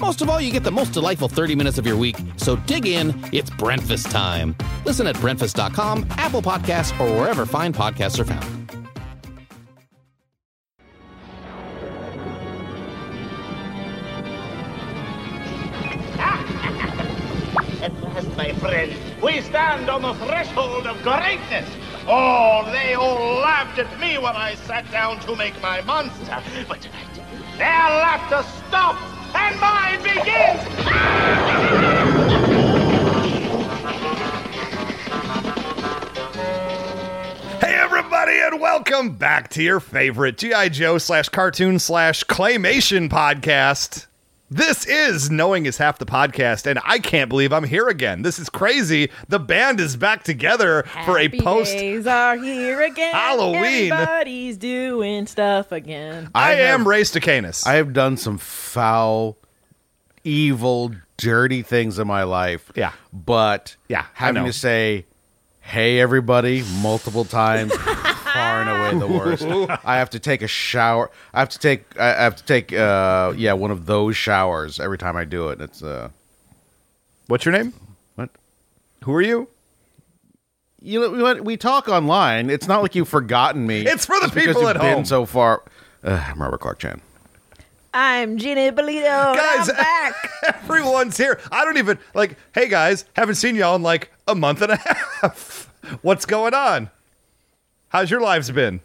Most of all, you get the most delightful 30 minutes of your week. So dig in, it's breakfast time. Listen at breakfast.com, Apple Podcasts, or wherever fine podcasts are found. At last, my friends, we stand on the threshold of greatness. Oh, they all laughed at me when I sat down to make my monster. But tonight, their laughter stops and mine begins. Hey, everybody, and welcome back to your favorite G.I. Joe slash cartoon slash claymation podcast. This is Knowing is Half the Podcast, and I can't believe I'm here again. This is crazy. The band is back together for a Happy post. days are here again. Halloween. Everybody's doing stuff again. I, I am have- Ray Stacanus. I have done some foul, evil, dirty things in my life. Yeah. But Yeah, I having know. to say, hey, everybody, multiple times, far and away the worst. I have to take a shower. I have to take, I have to take, uh, yeah, one of those showers every time I do it. And it's, uh, What's your name? what? Who are you? You know what? We talk online. It's not like you've forgotten me. It's for the just because people you've at been home. so far. Uh, I'm Robert Clark Chan. I'm Gina Bolito. Guys, I'm back. Everyone's here. I don't even, like, hey guys, haven't seen y'all in like a month and a half. What's going on? How's your lives been?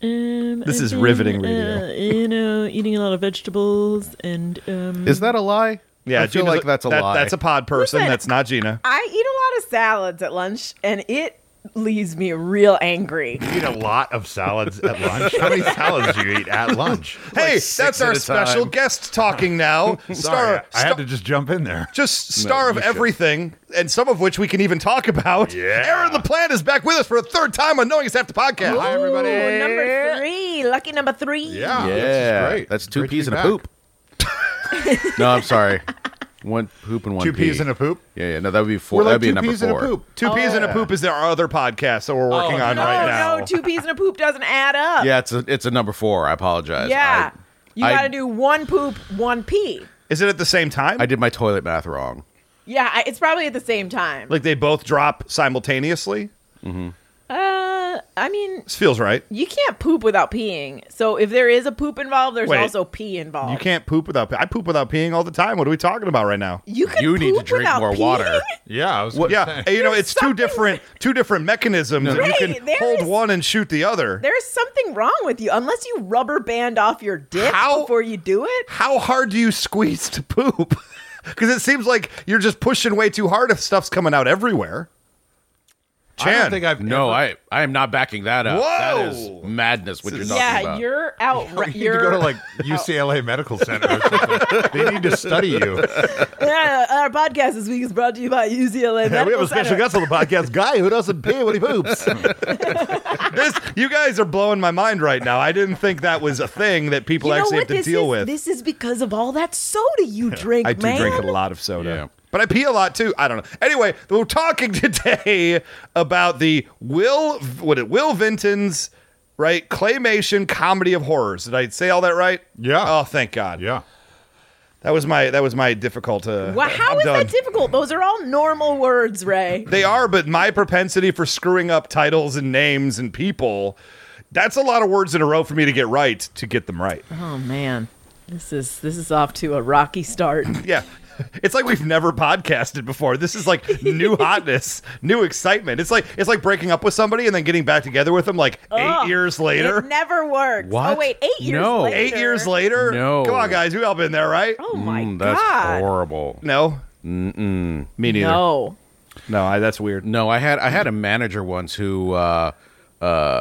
This is riveting radio. Um, Uh, you know, eating a lot of vegetables and um, Is that a lie? Yeah, I feel Gina's like that's a that- lie. That's a pod person. Listen, that's not Gina. I eat a lot of salads at lunch, and it leaves me real angry. You eat a lot of salads at lunch. How many salads do you eat at lunch? Hey, six that's at our a special time. guest talking now. Sorry, star, I had sta- to just jump in there. just star of you should. everything, and some of which we can even talk about. Yeah. Aaron the Plant is back with us for a third time on Knowing It's Half the Podcast. Hi, Oh. everybody. Ooh, number three, lucky number three. Yeah, Yeah, this is great. That's two Great to peas be and a back. poop. no, I'm sorry. One poop and one Two pea. peas and a poop. Yeah, yeah. No, that would be four. We're like That'd be two number peas four. and a poop. Two Peas and a Poop is our other podcast that we're working on No, right now. Oh, no, two peas and a poop doesn't add up. Yeah, it's a it's a number four. I apologize. Yeah. I, you I- got to do one poop, one pee. Is it at the same time? I did my toilet math wrong. Yeah, I- it's probably at the same time. like they both drop simultaneously? uh, I mean, This feels right. You can't poop without peeing. So if there is a poop involved, there's Wait. also pee involved. You can't poop without. I poop without peeing all the time. What are we talking about right now? You, could You need to poop drink without more water. peeing? Yeah, I was. What, gonna yeah, say. you know, it's two different two different mechanisms. and Right, you can there hold is- one and shoot the other. There's something wrong with you unless you rubber band off your dick How- before you do it. how hard do you squeeze to poop? Because it seems like you're just pushing way too hard if stuff's coming out everywhere. I Chan. don't think I've No, ever- I I am not backing that up. That Whoa! is madness. What you're talking yeah, about? you're out. You need you're to go to like Oh. UCLA Medical Center. Or something. they need to study you. Uh, our podcast this week is brought to you by UCLA. Yeah, we have Medical a special Center. guest on the podcast, guy who doesn't pee when he poops. this, you guys are blowing my mind right now. I didn't think that was a thing that people You know actually what have to this deal is? with. This is because of all that soda you drink, I do man. drink a lot of soda. Yeah. But I pee a lot too. I don't know. Anyway, we're talking today about the Will what it Will Vinton's right claymation comedy of horrors. Did I say all that right? Yeah. Oh, thank God. yeah. That was my that was my difficult. Uh, Well, how I'm is done. that difficult? Those are all normal words, Ray. They are, but my propensity for screwing up titles and names and people, that's a lot of words in a row for me to get Uh-huh. right to get them right. Oh man, this is this is off to a rocky start. Yeah. It's like we've never podcasted before. This is like new hotness, new excitement. It's like it's like breaking up with somebody and then getting back together with them like Ugh. eight years later. It Oh, never works. What? Oh wait, eight years No. later. Eight years later? No. Come on, guys. We've all been there, right? Oh my Mm, that's god. horrible. No. Me neither. No. No, I, that's weird. No, I had I had a manager once who uh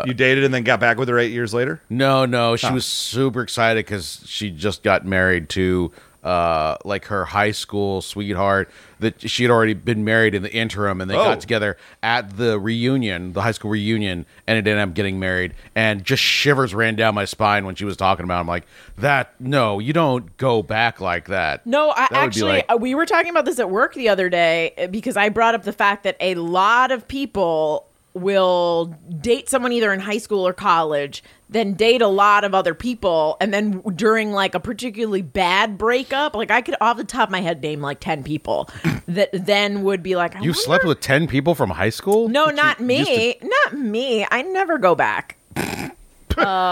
you dated and then got back with her eight years later? no, no, she was super excited cuz she just got married to uh like her high school sweetheart that she had already been married in the interim and they Oh. got together at the reunion, the high school reunion and it ended up getting married and just shivers ran down my spine when she was talking about it. I'm like, "That no, you don't go back like that." No, I That would be actually like- uh, we were talking about this at work the other day uh, because I brought up the fact that a lot of people will date someone either in high school or college, then date a lot of other people, and then w- during like a particularly bad breakup, like I could off the top of my head name like ten people that then would be like, I You wonder- slept with 10 people from high school? No, That you not used to me. Not me. I never go back. uh,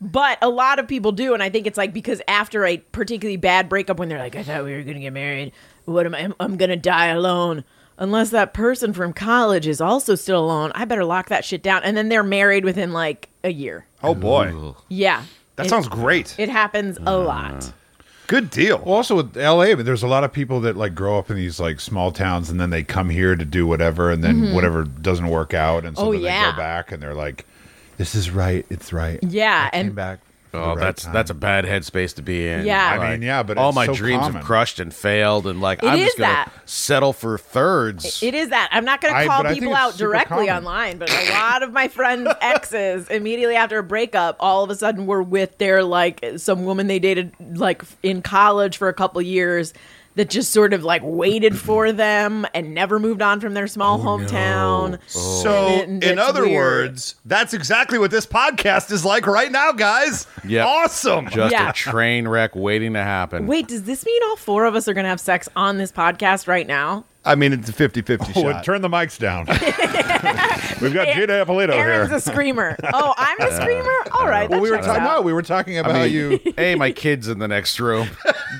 but a lot of people do, and I think it's like because after a particularly bad breakup, when they're like, "I thought we were gonna get married. What am I? I'm, I'm gonna die alone." Unless that person from college is also still alone, I better lock that shit down. And then they're married within like a year. Oh boy. Yeah, That It- sounds Uh, great. It happens a lot. Good deal. Well, also with LA, but there's a lot of people that like grow up in these like small towns and then they come here to do whatever and then Mm-hmm. whatever doesn't work out and so Oh, then they yeah. go back and they're like, This is right, it's right. Yeah, I came and- back. for the Oh, right that's time." that's a bad headspace to be in. Yeah. I mean, yeah, but all it's my so dreams common. have crushed and failed, and like It I'm is just gonna that. settle for thirds. It is that. I'm not going I- to call but I think people it's out super directly common. online, but a lot of my friends' exes, immediately after a breakup, all of a sudden were with their, like, some woman they dated, like, in college for a couple years that just sort of, like, waited for them and never moved on from their small Oh, hometown. So, And it- in it's other weird. words, that's exactly what this podcast is like right now, guys. Yep. Awesome. just Yeah. a train wreck waiting to happen. Wait, does this mean all four of us are going to have sex on this podcast right now? I mean, it's a 50 50 Oh, shot. and turn the mics down. We've got Gina Appolito Aaron's here. a screamer. Oh, I'm the screamer? All right. Well, that we were checks talking. out. No, we were talking about mean- you. a, my kid's in the next room.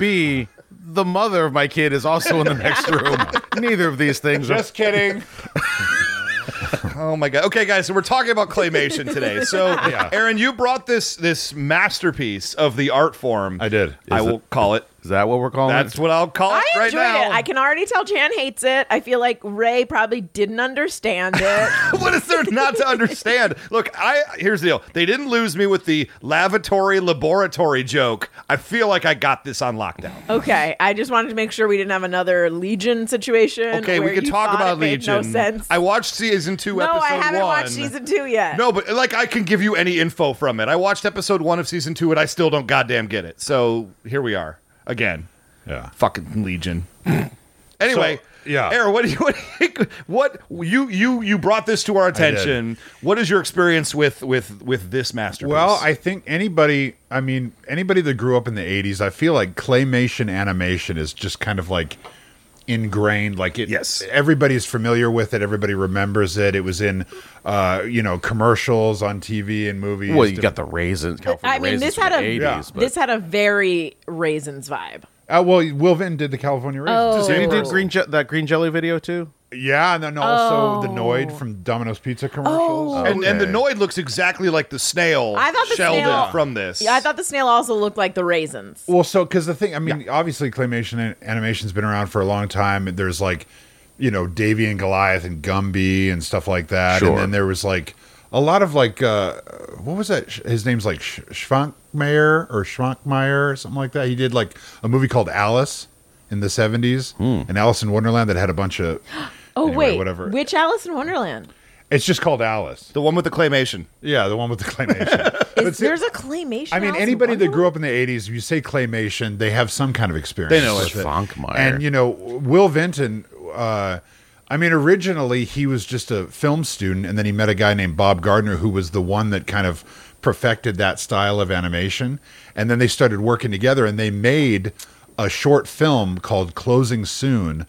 B, the mother of my kid is also in the next room. Neither of these things are. Just kidding. Oh my god. Okay, guys, so we're talking about claymation today. So, Aaron, you brought this this masterpiece of the art form. I did. I Is will call it. Is that what we're calling That's it? what I'll call it I right enjoyed now. it. I can already tell Jan hates it. I feel like Ray probably didn't understand it. what is there not to understand? Look, I here's the deal. They didn't lose me with the lavatory laboratory joke. I feel like I got this on lockdown. okay, I just wanted to make sure we didn't have another Legion situation. Okay, where we could you talk thought about it made Legion. No sense. I watched season two, no, episode I haven't one. watched season two yet. No, but like I can give you any info from it. I watched episode one of season two and I still don't goddamn get it. So here we are again. Yeah. Fucking Legion. anyway, So, yeah. Aaron, what do you what, do you- what you you you brought this to our did. attention? What is your experience with with with this masterpiece? Well, I think anybody, I mean, anybody that grew up in the 80s, I feel like claymation animation is just kind of like ingrained like it Yes. everybody's familiar with it everybody remembers it it was in uh you know commercials on tv and movies well, you got the raisins. California I mean, raisins this from had the a 80s, Yeah. but this had a very raisins vibe. uh, well will vinton did the california Oh. raisins Did you do Oh. green je- that green jelly video too? yeah and then also the Oh. noid from domino's pizza commercials and, and the okay. Noid looks exactly like the snail I thought the sheldon snail- from this. Yeah, I thought the snail also looked like the raisins. Well, so because the thing, I mean, obviously, claymation and animation's been around for a long time. There's like, you know, Davy and Goliath and Gumby and stuff like that. Sure. And then there was like a lot of like, uh, what was that? His name's like Sch- Schwankmeyer or Schwankmeyer or something like that. He did like a movie called Alice in the 70s and Alice in Wonderland that had a bunch of. Oh anyway, wait, whatever. which Alice in Wonderland? It's just called Alice. the one with the claymation. Yeah, the one with the claymation. Is, there's a claymation. I mean, Alice in anybody that grew Wonderland? up in the '80s, you say claymation, they have some kind of experience. They know with it's Funkmeyer. And you know, Will Vinton. Uh, I mean, originally he was just a film student, and then he met a guy named Bob Gardner, who was the one that kind of perfected that style of animation. And then they started working together, and they made a short film called "Closing Soon."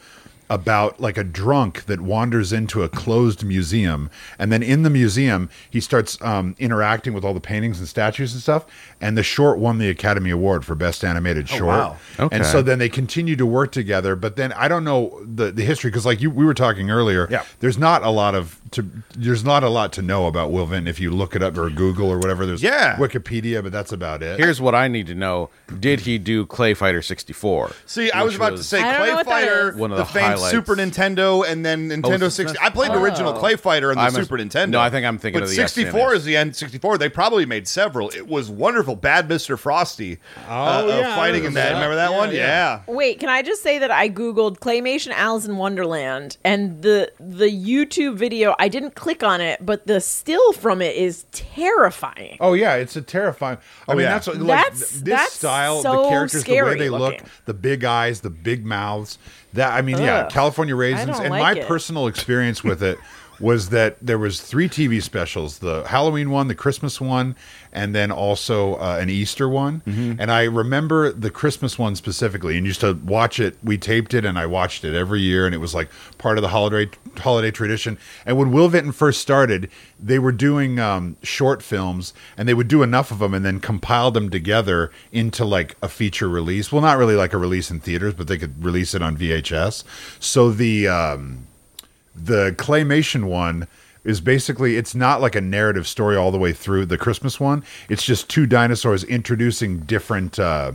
about like a drunk that wanders into a closed museum, and then in the museum he starts um, interacting with all the paintings and statues and stuff. And the short won the Academy Award for Best Animated Short. wow. And Okay. so then they continue to work together. But then I don't know the the history because like you we were talking earlier, Yeah. There's not a lot of to there's not a lot to know about Wilvin if you look it up or Google or whatever. There's Yeah. Wikipedia, but that's about it. Here's what I need to know: Did he do Clay Fighter '64? See, I Which was about to was- say I don't know Clay what that Fighter, is. One of the, the famed highlights. Oh, Super Nintendo, and then Nintendo the 60. SNES? I played the Oh. original Clay Fighter and the I'm a- Super Nintendo. No, I think I'm thinking but of the E 64 SNES. is the end. 64. They probably made several. It was wonderful. Bad Mr. Frosty. Oh, yeah, I fighting in remember that. that. Remember that Yeah, one? yeah. Yeah. Wait, can I just say that I googled claymation Alice in Wonderland and the the YouTube video, I didn't click on it, but the still from it is terrifying. Oh yeah, it's a terrifying. I Oh, mean, yeah. that's what, like That's- th- this that's style, so the characters, the way scary they looking. look, the big eyes, the big mouths. That I mean, yeah, Ugh. California I raisins. don't And like my it. personal experience with it was that there was three TV specials: the Halloween one, the Christmas one, and then also uh, an Easter one. And I remember the Christmas one specifically, and used to watch it. We taped it, and I watched it every year, and it was like part of the holiday holiday tradition. And when Will Vinton first started, they were doing um, short films, and they would do enough of them, and then compile them together into like a feature release. Well, not really like a release in theaters, but they could release it on VHS. So the um, the claymation one is basically it's not like a narrative story all the way through the christmas one it's just two dinosaurs introducing different uh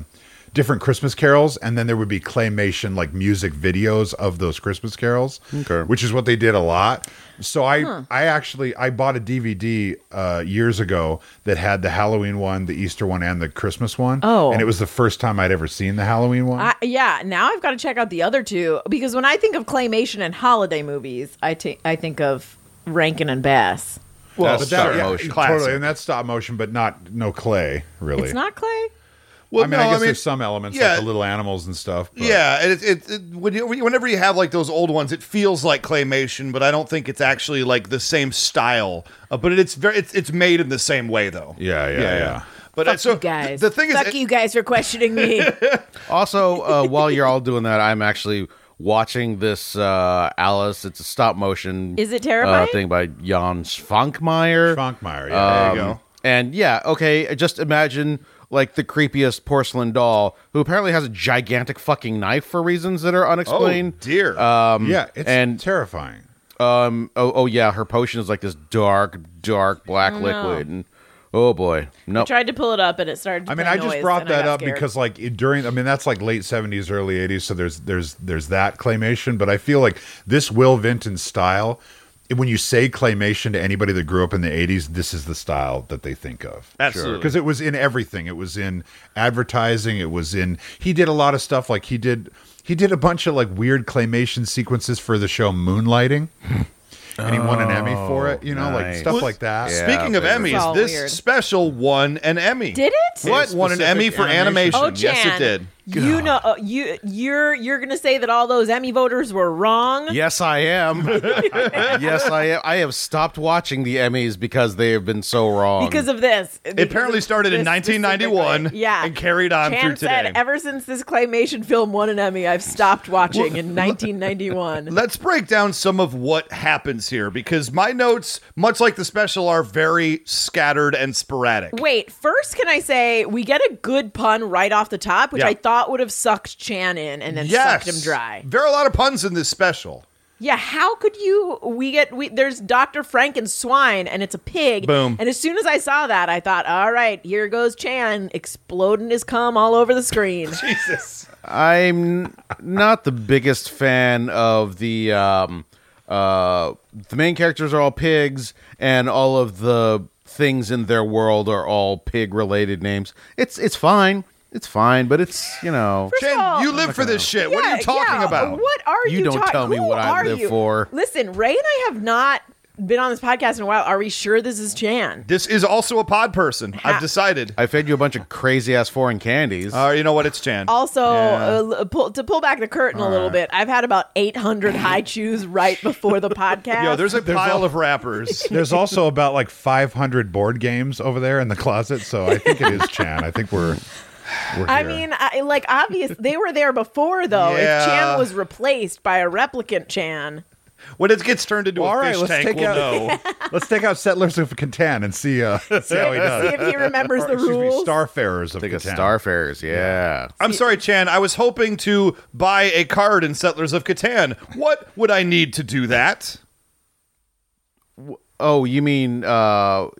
different christmas carols and then there would be claymation like music videos of those christmas carols Okay. which is what they did a lot so i i actually i bought a dvd uh years ago that had the halloween one the easter one and the christmas one. Oh. and it was the first time i'd ever seen the halloween one I, yeah, now I've got to check out the other two because when I think of claymation and holiday movies, I ta- I think of Rankin and Bass. Well, but that's that, stop yeah, motion. totally, and that's stop motion, but not no clay really. It's not clay. Well, I mean, no, I guess there's some elements yeah. like the little animals and stuff. But Yeah, and it, it, it when you, whenever you have like those old ones, it feels like claymation, but I don't think it's actually like the same style. Uh, but it's very it's it's made in the same way though. Yeah, yeah, yeah. But uh, Fuck so you guys. the thing is, fuck it- you guys for questioning me. Also, uh, while you're all doing that, I'm actually watching this uh, Alice. It's a stop motion. Is it terrifying? Uh, thing by Jan Schwankmeyer. Schwankmeyer, yeah, there you Um, go. And yeah, okay, just imagine like the creepiest porcelain doll who apparently has a gigantic fucking knife for reasons that are oh unexplained. dear, uh, yeah, it's um, and- terrifying. Oh, oh yeah, her potion is like this dark, dark black liquid, and oh boy, I no. tried to pull it up and it started. To I mean, play I just noise brought and I that got up scared. because like it- during I mean that's like late 70s early 80s so there's there's there's that claymation but I feel like this Will Vinton style it- when you say claymation to anybody that grew up in the 80s this is the style that they think of. Absolutely. Cuz it was in everything. It was in advertising, it was in he did a lot of stuff like he did he did a bunch of like weird claymation sequences for the show Moonlighting. And he won an Emmy for it, you know, like Oh, nice. stuff Well, like that. Yeah, Speaking of they were- It's Emmys, all this weird. special won an Emmy. Did it? What won an Specific Emmy for animation? animation. Oh, Jan, yes, it did. You know, uh, you you're you're gonna say that all those Emmy voters were wrong. Yes, I am. yes, I am. I have stopped watching the Emmys because they have been so wrong. Because of this, It apparently started in 1991 Yeah, and carried on Chan through said, today. ever since this claymation film won an Emmy, I've stopped watching in 1991. Let's break down some of what happens here because my notes, much like the special, are very scattered and sporadic. Wait, first, can I say we get a good pun right off the top, which Yeah. I thought would have sucked Chan in and then yes, sucked him dry. There are a lot of puns in this special. Yeah, how could you? We get we there's Doctor Frank and swine, and it's a pig. Boom. And as soon as I saw that, I thought, all right, here goes Chan exploding his cum all over the screen. Jesus. I'm not the biggest fan of the um uh the main characters are all pigs and all of the things in their world are all pig related names. It's it's fine. It's fine, but it's, you know, Jen, all- you live for this shit. what are Yeah, you talking yeah, about? What are you? You don't talk- tell me who what I are live you? for. Listen, Ray and I have not been on this podcast in a while. Are we sure this is Chan? This is also a pod person. I've Ha- decided. I fed you a bunch of crazy ass foreign candies. Uh, you know what? It's Chan. Also, uh, l- pull, to pull back the curtain a little bit, I've had about 800 high chews right before the podcast. Yo, there's a There's pile all- of rappers. There's also about like 500 board games over there in the closet, so I think it is Chan. I think we're We're I here. mean, I, like obvious, they were there before though. Yeah. If Chan was replaced by a replicant Chan, When it gets turned into Well, a all right, fish let's tank, take we'll out- know. Let's take out settlers of Catan and see, uh, see how he does. see if he remembers Or, the excuse me, rules. starfarers of Think of Catan. Starfarers, yeah. I'm sorry, Chan. I was hoping to buy a card in Settlers of Catan. What would I need to do that? Oh, you mean uh oh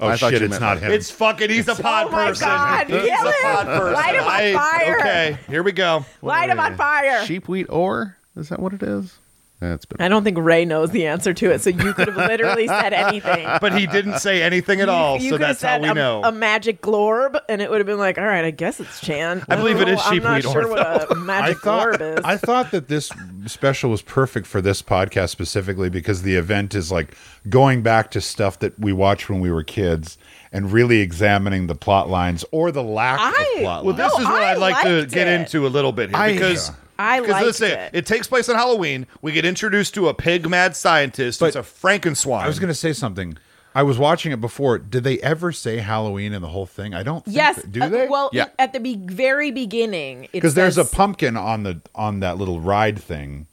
I thought shit, you it's meant not like- him. It's fucking. He's a pod Oh my person. God, He's kill a him. pod person. Light him on I- fire. Okay, here we go. light him on fire. sheepwheat ore? Is that what it is? That's better. I don't think Ray knows the answer to it, so you could have literally said anything. But he didn't say anything at all, you so could have that's how said um, we a, know. a magic glorb, and it would have been like, all right, I guess it's Chan. I believe it don't is know. I'm not sheepweed sure or- what a I magic thought glorb is. I thought that this special was perfect for this podcast specifically because the event is like going back to stuff that we watched when we were kids and really examining the plot lines or the lack I- of plot well, lines. this No, is what I I'd like to liked get it. into a little bit here I- because. I Because liked let's say it. it. takes place on Halloween. We get introduced to a pig mad scientist. it's a Frankenstein. I was going to say something. I was watching it before. Did they ever say Halloween in the whole thing? I don't. Think Yes. that- do uh, they? well, Yeah. at the be- very beginning, it because there's a says- pumpkin on the on that little ride thing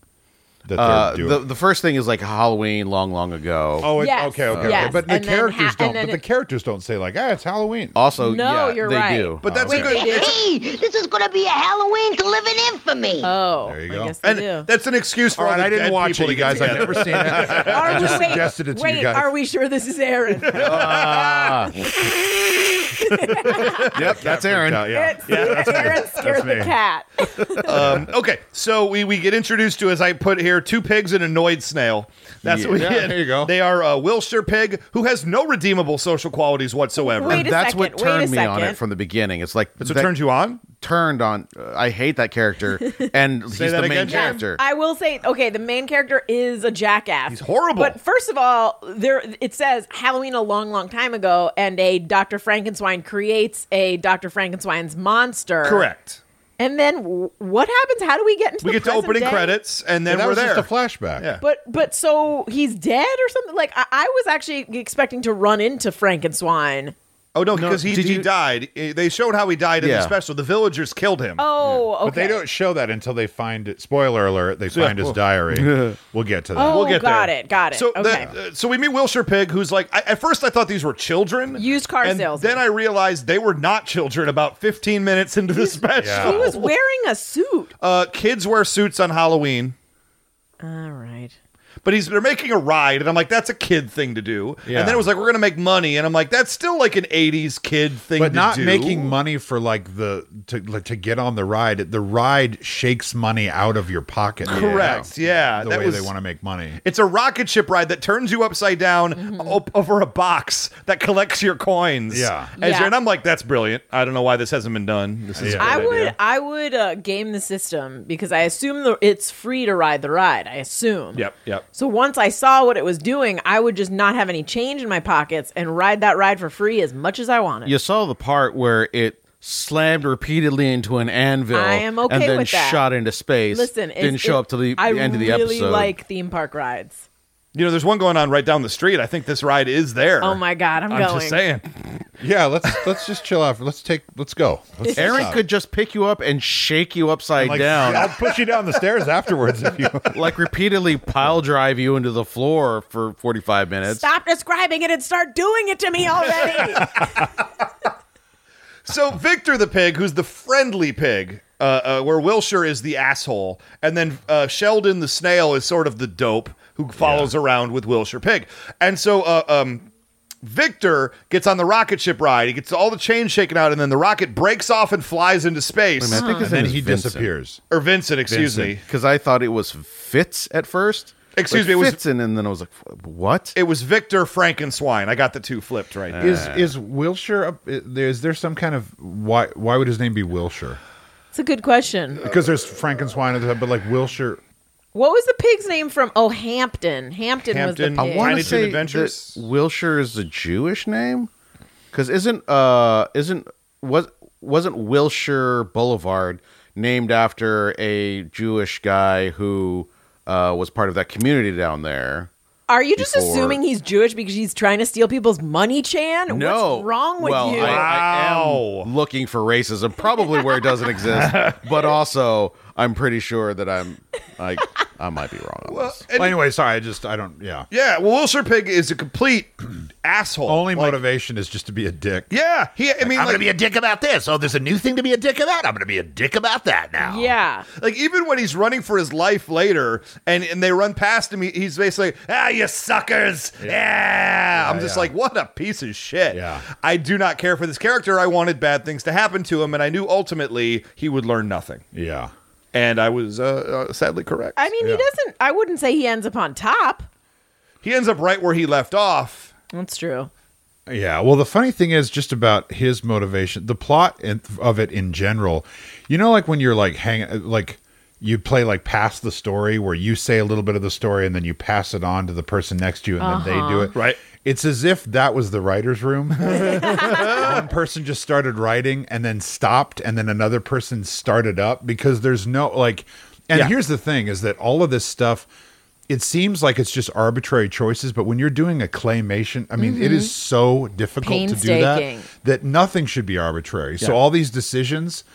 that they're Uh, doing. the the first thing is like Halloween long long ago. oh, it, Yes, okay, okay, yes. okay. But the And then ha- characters and don't. then But the it- characters don't say like, ah, it's Halloween. Also, No, yeah, you're they right. do. Oh, but that's a good. it's- Hey, this is gonna be a Halloween to live in infamy. Oh, There you I go. guess they and do. that's an excuse for All right, all the I didn't dead watch people it, to you get guys. I've together. never seen it. Are we, wait, suggested it to you wait, guys. are we sure this is Aaron? yep, that's Aaron. Yeah, yeah. It's- Aaron scared the me. cat. Um, okay, so we, we get introduced to, as I put here, two pigs and a annoyed snail. That's what we Yeah, get. there you go. They are a Wilshire pig who has no redeemable social qualities whatsoever. Wait a that's second, what wait a turned me on second. it from the beginning. It's like That's what that turns you on? turned on. uh, I hate that character, and he's that the main again, Jen. character. I will say, okay, the main character is a jackass. He's horrible. But first of all, there it says Halloween a long, long time ago, and a Dr. Frankenstein creates a Dr. Frankenstein's monster. Correct. And then w- what happens? How do we get into We the get to present opening day? credits, and then that we're was there. just a flashback. Yeah. But but so he's dead or something? Like I, I was actually expecting to run into Frankenstein. oh, no, because he, did he you- died. Eh, They showed how he died in the Yeah. special. The villagers killed him. Oh, okay. But they don't show that until they find it. Spoiler alert: they find his diary. we'll get to that. Oh, We'll get got there. it, got it. So, okay. the- uh, so we meet Wilshire Pig, who's like, I, at first I thought these were children. Used car and salesman. Then I realized they were not children about 15 minutes into the special. Yeah. he was wearing a suit. uh, kids wear suits on Halloween. All right. But he's they're making a ride, and I'm like, that's a kid thing to do. Yeah. And then it was like, we're gonna make money, and I'm like, that's still like an '80s kid thing, but to not do. making money for like the to like, to get on the ride. The ride shakes money out of your pocket. Correct. Yeah, the that way was- they want to make money. It's a rocket ship ride that turns you upside down Mm-hmm. op- over a box that collects your coins. Yeah. As Yeah. you're- and I'm like, that's brilliant. I don't know why this hasn't been done. This is Yeah. a I great would idea. I would uh, game the system because I assume the, it's free to ride the ride. I assume. Yep, yep. So once I saw what it was doing, I would just not have any change in my pockets and ride that ride for free as much as I wanted. you saw the part where it slammed repeatedly into an anvil. I am okay and then with that. shot into space. Listen, it's- didn't show it- up till the I end of the really episode. like theme park rides. You know, there's one going on right down the street. I think this ride is there. Oh my god, I'm, I'm going. just saying. Yeah, let's let's just chill out. Let's take let's go. Let's Aaron stop. could just pick you up and shake you upside like, down, I'll push you down the stairs afterwards if you. like repeatedly pile drive you into the floor for forty five minutes. Stop describing it and start doing it to me already. So Victor the pig, who's the friendly pig, uh, uh, where Wilshire is the asshole, and then uh, Sheldon the snail is sort of the dope who follows around with Wilshire pig, and so uh, um, Victor gets on the rocket ship ride. He gets all the chains shaken out, and then the rocket breaks off and flies into space. I think his And then name is he Vincent. disappears. Or Vincent, excuse me. because I thought it was Fitz at first. Excuse Like me, it was- Fitz, and then I was like, what? It was Victor Frankenstein. I got the two flipped right. there. Is is Wilshire up? Is there some kind of why? Why would his name be Wilshire? It's a good question. Because there's Frankenstein and stuff, but like Wilshire. What was the pig's name from? Oh, Hampton. Hampton, Hampton. was I the wanna- pig. Tiny wanna Toon Adventures? that Wilshire is a Jewish name, because isn't uh isn't was wasn't Wilshire Boulevard named after a Jewish guy who uh was part of that community down there? Are you just before- assuming he's Jewish because he's trying to steal people's money, Chan? No. What's wrong with well, you? I, I Wow. am looking for racism, probably where it doesn't exist, but also I'm pretty sure that I'm like I might be wrong on this. Well, anyway, sorry. I just I don't. Yeah. Uh, Yeah, well, Wilshire Pig is a complete asshole. Only Like, motivation is just to be a dick. Yeah, he. I mean, I'm like, gonna be a dick about this. Oh, there's a new thing to be a dick about. I'm gonna be a dick about that now. yeah. like even when he's running for his life later, and and they run past him, he- he's basically, ah, you suckers. Yeah. I'm just yeah. like, what a piece of shit. Yeah. I do not care for this character. I wanted bad things to happen to him, and I knew ultimately he would learn nothing. Yeah. And I was uh, uh, sadly correct. I mean, he Yeah. doesn't. I wouldn't say he ends up on top. he ends up right where he left off. That's true. Yeah. Well, the funny thing is just about his motivation, the plot in, of it in general. You know, like when you're like hang, like you play like pass the story, where you say a little bit of the story and then you pass it on to the person next to you, and then they do it. Uh-huh. Right. It's as if that was the writer's room. One person just started writing and then stopped, and then another person started up because there's no like. And Yeah. here's the thing: is that all of this stuff. It seems like it's just arbitrary choices, but when you're doing a claymation, I mean, it is so difficult to do Mm-hmm. Painstaking. that that nothing should be arbitrary. So Yeah. all these decisions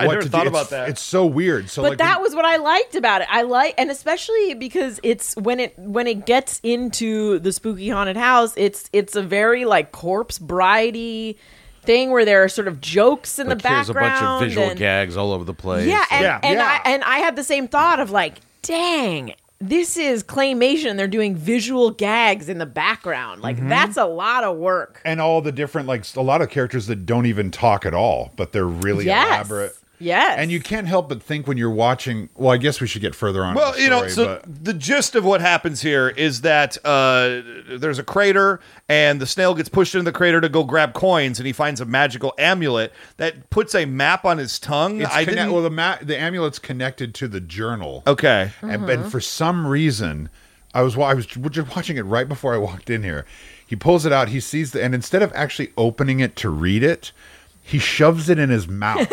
I what never to thought do, about it's, that. it's so weird. So But like, that when- was what I liked about it. I like, and especially because it's when it when it gets into the spooky haunted house. It's it's a very like corpse bridey thing where there are sort of jokes in Like, the background. here's a bunch of visual and- gags all over the place. Yeah, and, Yeah. and Yeah. I and I had the same thought of like, dang, this is claymation. They're doing visual gags in the background. Like Mm-hmm. that's a lot of work. and all the different like a lot of characters that don't even talk at all, but they're really yes. elaborate. Yes. And you can't help but think when you're watching. Well, I guess we should get further on. Well, in the you know, story, so but- the gist of what happens here is that uh, there's a crater, and the snail gets pushed into the crater to go grab coins, and he finds a magical amulet that puts a map on his tongue. it's I connect- didn't. well the ma- the amulet's connected to the journal. okay. and, Mm-hmm. and for some reason, I was wa- I was just watching it right before I walked in here. He pulls it out. He sees the and instead of actually opening it to read it, he shoves it in his mouth.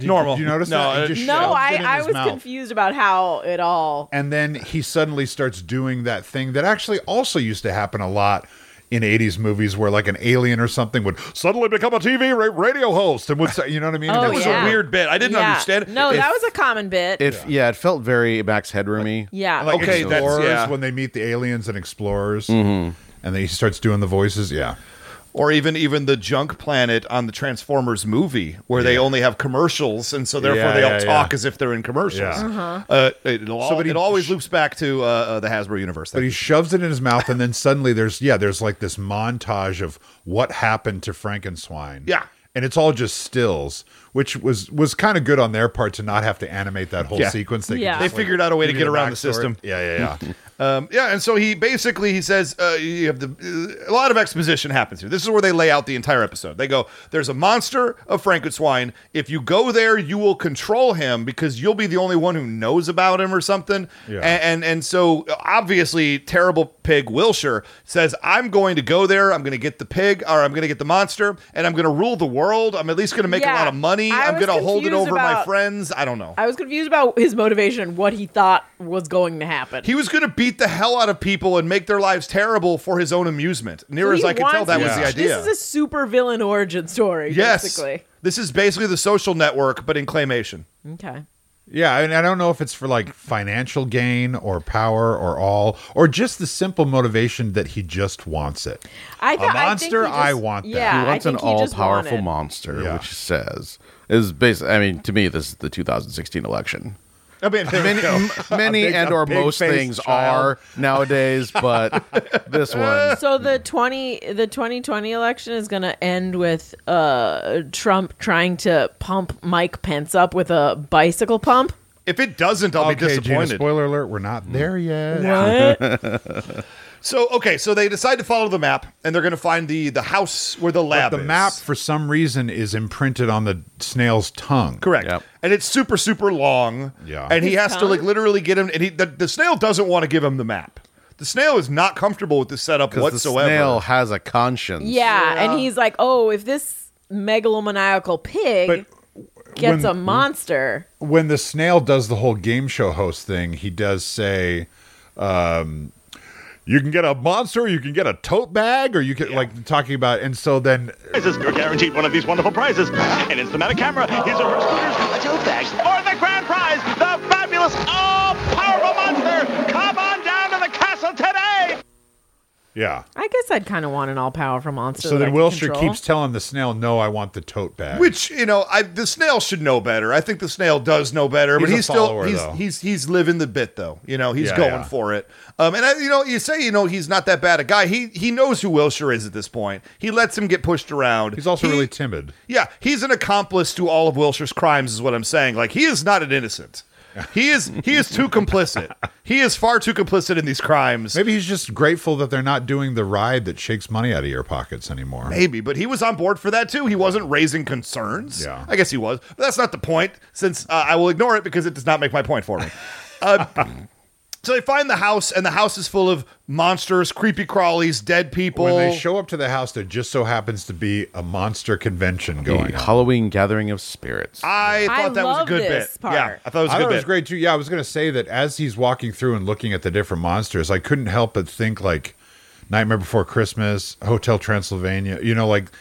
Normal. Did you notice No, uh, that? it- He just no, shoves it I, in I his was mouth. confused about how it all. And then he suddenly starts doing that thing that actually also used to happen a lot in 80s movies where like an alien or something would suddenly become a TV ra- radio host and would say, you know what I mean? Oh, And That was yeah. a weird bit. I didn't Yeah. understand. it. No, It- that was a common bit. If yeah. it felt very Max Headroomy. yeah. Like Okay, that's- explorers yeah. Mm-hmm. when they meet the aliens and explorers. And then he starts doing the voices. Yeah. or even even the junk planet on the Transformers movie where they only have commercials, and so therefore Yeah, they all yeah, talk yeah. as if they're in commercials. Yeah. Uh, it, all, So, but he- it always loops back to uh, uh, the Hasbro universe. But he shoves it in his mouth, and then suddenly there's yeah, there's like this montage of what happened to Frankenstein. Yeah. and it's all just stills, which was was kind of good on their part to not have to animate that whole Yeah. sequence. could Yeah. just, They figured out a way to give get you around the backstory. system. Yeah, yeah, yeah. Um, yeah, and so he basically he says uh, you have the uh, a lot of exposition happens here. This is where they lay out the entire episode. They go, "There's a monster of Frankenstein. If you go there, you will control him because you'll be the only one who knows about him or something." Yeah. A- And, and so obviously, terrible pig Wilshire says, "I'm going to go there. I'm going to get the pig, or I'm going to get the monster, and I'm going to rule the world. I'm at least going to make Yeah. a lot of money. I I'm was going to hold it confused over my about- friends. I don't know." I was confused about his motivation and what he thought was going to happen. He was going to beat the hell out of people and make their lives terrible for his own amusement. Near So as he I could tell, wants- that was Yeah. the idea. This is a super villain origin story, yes, basically. this is basically the Social Network, but in claymation. Okay. Yeah, and I don't know if it's for like financial gain or power or all, or just the simple motivation that he just wants it. I A thought, I, monster, think he I just- want that. Yeah, He wants I an think he just all-powerful wanted- monster, Yeah. which says is basically. I mean, to me, this is the 2016 election. I mean, there you Many, go. m- many big- a and or big most faced things child. are nowadays, but this one. So the twenty the twenty twenty election is going to end with uh, Trump trying to pump Mike Pence up with a bicycle pump. if it doesn't, I'll be okay, Gina, disappointed. Mm. spoiler alert: we're not there yet. What? so, okay, so they decide to follow the map, and they're going to find the the house where the But lab. the is. map, for some reason, is imprinted on the snail's tongue. Correct. Yep. And it's super, super long. Yeah. And he His has to tongue? like literally get him and he the, the snail doesn't want to give him the map. The snail is not comfortable with this setup Because the whatsoever. snail has a conscience. yeah, and he's like, "Oh, if this megalomaniacal pig But gets when- a monster, when the snail does the whole game show host thing, he does say, um, you can get a monster, you can get a tote bag, or you can like talking about. And so then prizes. You're guaranteed one of these wonderful prizes. An Instamatic camera, his or her scooters, a tote bag, or the grand prize, the fabulous, all-powerful monster. Come on down to the castle today. yeah. I guess I'd kind of want an all-powerful monster. So that I then could Wilshire control. keeps telling the snail, "No, I want the tote bag." Which you know, I the snail should know better. I think the snail does know better, but He's a he's still follower, he's, though. he's he's living the bit though. You know, he's Yeah, going yeah. for it. Um, and I, you know, you say you know he's not that bad a guy. He he knows who Wilshire is at this point. He lets him get pushed around. he's also He- really timid. yeah. He's an accomplice to all of Wilshire's crimes, is what I'm saying. Like he is not an innocent. He is he is too complicit. He is far too complicit in these crimes. Maybe he's just grateful that they're not doing the ride that shakes money out of your pockets anymore. Maybe, but he was on board for that too. He wasn't raising concerns. Yeah. I guess he was, but that's not the point. Since uh, I will ignore it because it does not make my point for me. Uh, so they find the house, and the house is full of monsters, creepy crawlies, dead people. When they show up to the house, there just so happens to be a monster convention going on. Halloween gathering of spirits. I thought I that was a love good this bit. Yeah, part. I thought it was a I good thought bit. it was great too. Yeah, I was going to say that as he's walking through and looking at the different monsters, I couldn't help but think like Nightmare Before Christmas, Hotel Transylvania, you know, like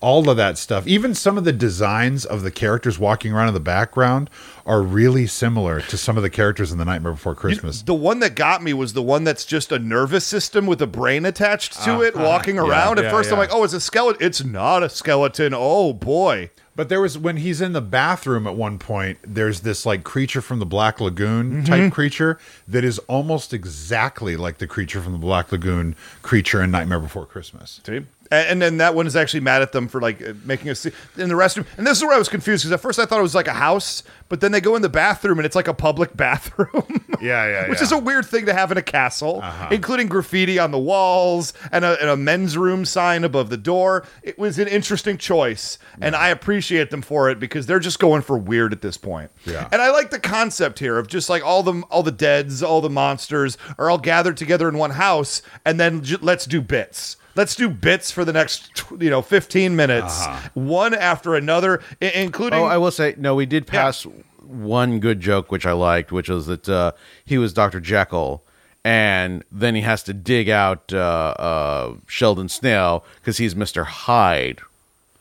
all of that stuff. Even some of the designs of the characters walking around in the background are really similar to some of the characters in the Nightmare Before Christmas. The one that got me was the one that's just a nervous system with a brain attached to it, walking around. At Ah, yeah, first, I'm yeah. like, "Oh, it's a skeleton." It's not a skeleton. Oh boy. But there was when he's in the bathroom at one point, there's this like creature from the Black Lagoon Mm-hmm. type creature that is almost exactly like the creature from the Black Lagoon creature in Nightmare Before Christmas. And, and then that one is actually mad at them for like uh, making us see in the restroom. And this is where I was confused because at first I thought it was like a house, but then they go in the bathroom and it's like a public bathroom. Yeah, yeah, Which yeah. Uh-huh. is a weird thing to have in a castle, including graffiti on the walls and a, and a men's room sign above the door. It was an interesting choice, and I appreciate them for it because they're just going for weird at this point. Yeah. And I like the concept here of just like all the all the deads, all the monsters are all gathered together in one house, and then j- let's do bits. Let's do bits for the next, tw- you know, fifteen minutes, Uh-huh. one after another, i- including. Oh, I will say, no, we did pass one good joke, which I liked, which was that uh, he was Dr. Jekyll, and then he has to dig out uh, uh, Sheldon Snail because he's Mr. Hyde.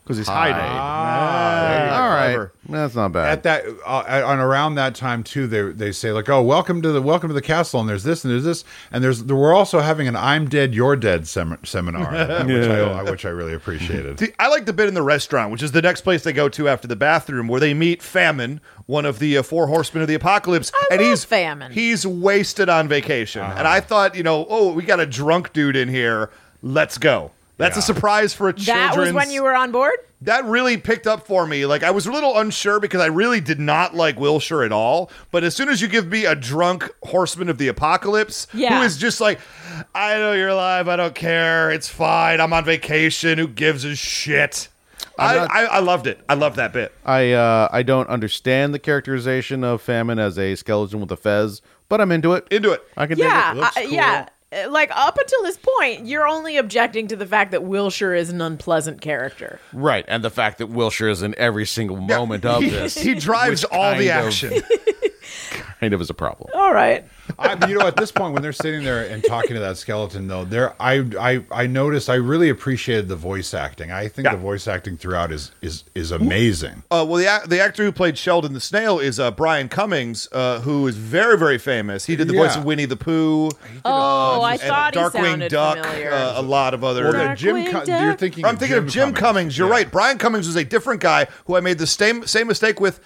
because he's hiding. Ah, Ah, All right, clever. that's not bad. at that uh, at- on around that time too they they say like oh welcome to the welcome to the castle and there's this and there's this and there's we're also having an i'm dead you're dead sem- seminar uh, which i which i really appreciated See, I like the bit in the restaurant, which is the next place they go to after the bathroom, where they meet Famine, one of the uh, four horsemen of the apocalypse, I and love he's Famine. He's wasted on vacation, and I thought, you know, oh, we got a drunk dude in here. Let's go. That's a Yeah. surprise for a That children's. was when you were on board. That really picked up for me. Like I was a little unsure because I really did not like Wilshire at all. But as soon as you give me a drunk horseman of the apocalypse, Yeah. who is just like, I know you're alive. I don't care. It's fine. I'm on vacation. Who gives a shit? I, not- I, I loved it. I loved that bit. I uh, I don't understand the characterization of Famine as a skeleton with a fez, but I'm into it. Into it. I can Yeah, dig it. Looks I- cool. yeah. Uh, Like up until this point, you're only objecting to the fact that Wilshire is an unpleasant character. Right, and the fact that Wilshire is in every single moment of he, this he drives Which all the kind of- action. kind of is a problem. All right. I, you know at this point when they're sitting there and talking to that skeleton though there i i i noticed i really appreciated the voice acting i think Yeah. the voice acting throughout is is is amazing Uh, well, the ac- the actor who played Sheldon the Snail is uh, Brian Cummings, uh, who is very very famous. He did the voice Yeah. of Winnie the Pooh. Oh, I and thought he Darkwing sounded Duck. familiar. Uh, a lot of other. well, the Jim, Darkwing Cum- Duck. you're thinking. I'm thinking of Jim Cummings. You're Yeah. right. Brian Cummings was a different guy who I made the same same mistake with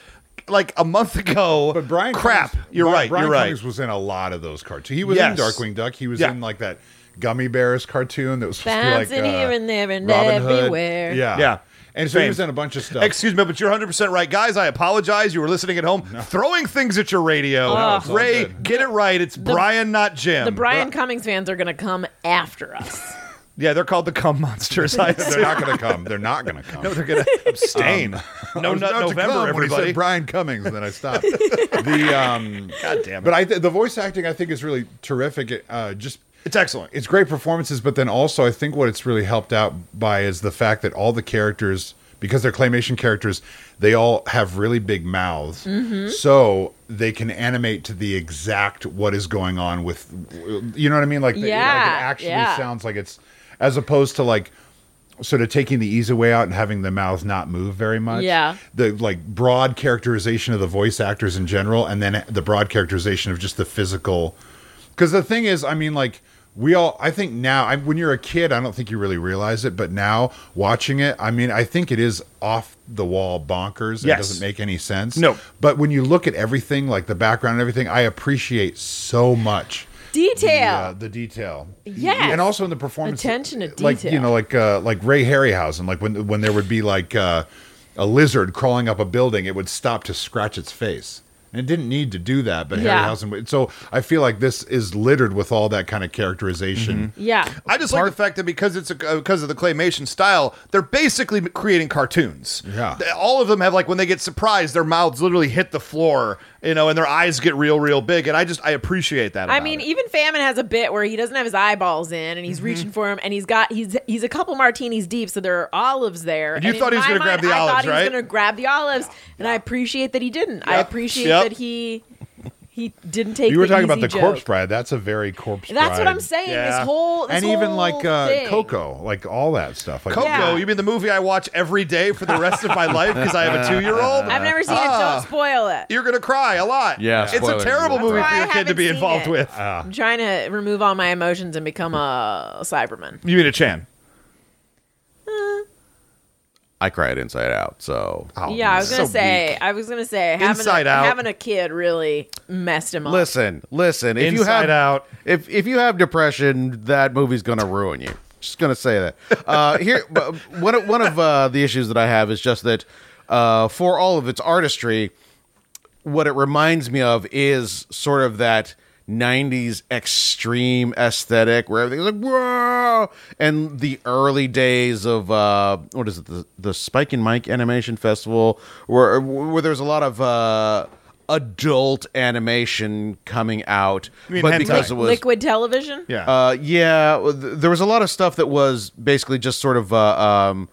like a month ago. But Brian, crap. Cummings- you're Bri- right. Brian you're right. Cummings was in a lot of those cartoons. He was Yes. in Darkwing Duck. He was Yeah. in like that Gummy Bears cartoon that was supposed to Bouncing be like here uh, and there and Robin Hood. everywhere. Yeah, Yeah. And so he Same. was in a bunch of stuff. Excuse me, but you're 100% right. Guys, I apologize. You were listening at home, throwing things at your radio. Oh, No, it's all Ray, good. get it right. It's Brian, not Jim. The Brian Cummings fans are going to come after us. yeah, they're called the cum monsters. I they're assume. not going to come. They're not going to come. no, they're going to abstain. no, I was not about to come November, when he said everybody. Brian Cummings, and then I stopped. the um, God damn it. but I th- the voice acting I think is really terrific. Uh, just it's excellent. it's great performances, but then also I think what it's really helped out by is the fact that all the characters because they're claymation characters, they all have really big mouths. Mm-hmm. So they can animate to the exact what is going on with, you know what I mean? Like, they- like, Yeah, it actually yeah. sounds like it's, as opposed to like, sort of taking the easy way out and having the mouth not move very much. Yeah. The like broad characterization of the voice actors in general, and then the broad characterization of just the physical. Because the thing is, I mean, like we all, I think now, I, when you're a kid, I don't think you really realize it, but now watching it, I mean, I think it is off the wall bonkers. It Yes. doesn't make any sense. No. But when you look at everything, like the background and everything, I appreciate so much Detail. the, uh, the detail. Yes. and also in the performance, Attention to like you detail. know, like uh, like Ray Harryhausen, like when when there would be like uh, a lizard crawling up a building, it would stop to scratch its face. And it didn't need to do that, but Yeah. Harryhausen. would- So I feel like this is littered with all that kind of characterization. yeah. I just like the fact that because it's a, uh, because of the claymation style, they're basically m- creating cartoons. Yeah. They- all of them have like when they get surprised, their mouths literally hit the floor, you know, and their eyes get real, real big. And I just I appreciate that. I about mean, it. Mm-hmm. even Famine has a bit where he doesn't have his eyeballs in, and he's reaching for him, and he's got he's he's a couple martinis deep, so there are olives you there. And in thought he was my gonna grab mind, the I olives, thought he was right? going to grab the olives, and I appreciate that he didn't. I Yep. appreciate Yep. that he he didn't take. You were the talking about easy the corpse joke. bride. That's a very corpse That's what bride. I'm saying. Yeah. This whole this And even whole like uh, thing. Coco, like all that stuff. Like Coco, Yeah. you mean the movie I watch every day for the rest of my life because I have a two year old? I've never seen Ah. it. Don't spoil it. You're gonna cry a lot. Yeah, it's a spoilers. terrible That's movie why for I your kid to haven't be seen involved it. with. I'm trying to remove all my emotions and become a Cyberman. You mean a Chan? I cried inside out. So yeah, I was gonna Oh, so say. I was gonna say having Inside a, Out. having a kid really messed him up. listen, listen. If you Inside have Out. if if you have depression, that movie's gonna ruin you. Just gonna say that. Uh, here, but one of, one of uh, the issues that I have is just that uh, for all of its artistry, what it reminds me of is sort of that 90s extreme aesthetic where everything's like whoa and the early days of uh what is it the, the spike and mike animation festival where where there's a lot of uh adult animation coming out mean hentai? liquid television. Yeah. uh, yeah, well, th- there was a lot of stuff that was basically just sort of uh, um,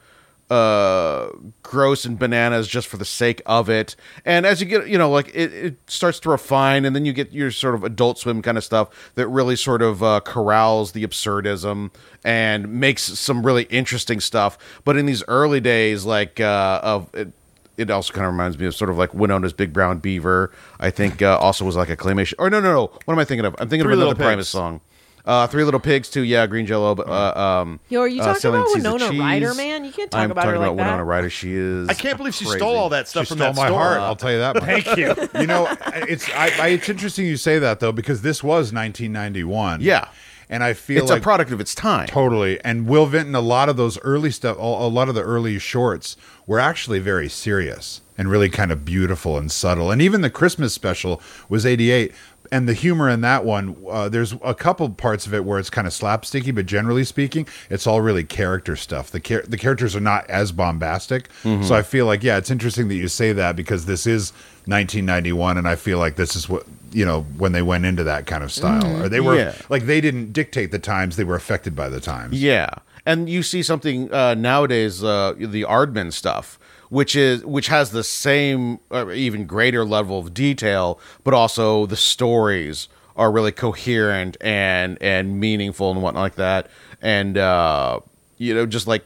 uh, gross and bananas just for the sake of it. And as you get, you know, like it, it starts to refine, and then you get your sort of adult swim kind of stuff that really sort of uh, corrals the absurdism and makes some really interesting stuff. But in these early days, like uh, of it, it also kind of reminds me of sort of like Winona's Big Brown Beaver. I think uh, also was like a claymation. Or no, no, no. What am I thinking of? I'm thinking Three of Little another Primus Pigs. song. Uh, Three Little Pigs too. Yeah, Green Jello. But uh, um, Yo, are you uh, talking Sailing about Seas of Winona Cheese. Ryder, man? You can't talk I'm about her talking like about Winona that. Ryder. She is. I can't believe she crazy. stole all that stuff She from stole that my store. heart. I'll tell you that. much. Thank you. you know, it's I, I, it's interesting you say that though because this was 1991. Yeah. and I feel It's like a product of its time. totally. And Will Vinton, a lot of those early stuff, a a lot of the early shorts were actually very serious and really kind of beautiful and subtle. And even the Christmas special was 88. And the humor in that one, uh, there's a couple parts of it where it's kind of slapsticky, but generally speaking, it's all really character stuff. The char- the characters are not as bombastic, so I feel like yeah, it's interesting that you say that because this is 1991, and I feel like this is what you know when they went into that kind of style, or they were Yeah. like they didn't dictate the times; they were affected by the times. Yeah, and you see something uh, nowadays, uh, the Aardman stuff, which is which has the same, or even greater level of detail, but also the stories are really coherent and and meaningful and whatnot like that. And uh, you know, just like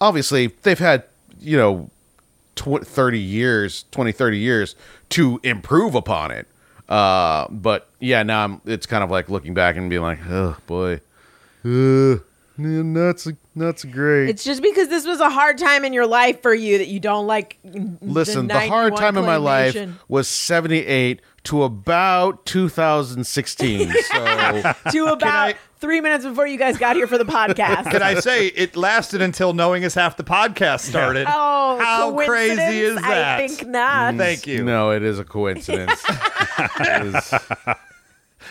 obviously they've had you know tw- 30 years 20 30 years to improve upon it uh but yeah now i'm it's kind of like looking back and being like oh boy uh, man, that's that's great. It's just because this was a hard time in your life for you that you don't like. n- Listen, the, hard 91 time in my life claymation. was seventy eight to about two thousand sixteen. So to about three minutes before you guys got here for the podcast. Can I say it lasted until knowing is half the podcast started? Oh, how coincidence? crazy is that? I think Mm. not. Thank you. no, it is a coincidence. It is-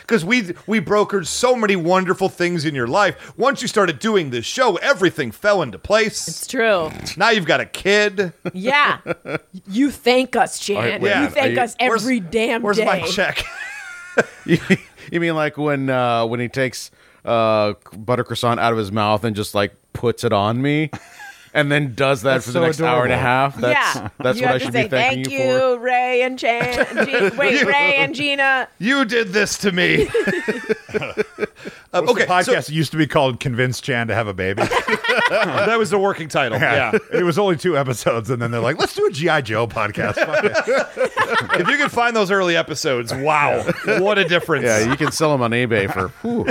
because we we brokered so many wonderful things in your life. Once you started doing this show, everything fell into place. It's true. now you've got a kid. Yeah, you thank us, Chan. wait a you minute. thank Are you- us every Where's- damn Where's day. my check? you mean like when uh, when he takes uh, butter croissant out of his mouth and just like puts it on me? and then does that That's for the so next hour and a adorable. half. That's yeah, that's you what I have to should say, be thanking Thank you for. you, Ray and Chan. Gina, wait, Ray and Gina. You did this to me. Uh, Okay, okay, so podcast used to be called "Convince Chan to Have a Baby." uh, that was the working title. Yeah. it was only two episodes, and then they're like, "Let's do a GI Joe podcast." Fuck it. if you can find those early episodes, wow, what a difference. Yeah, you can sell them on eBay for. whew.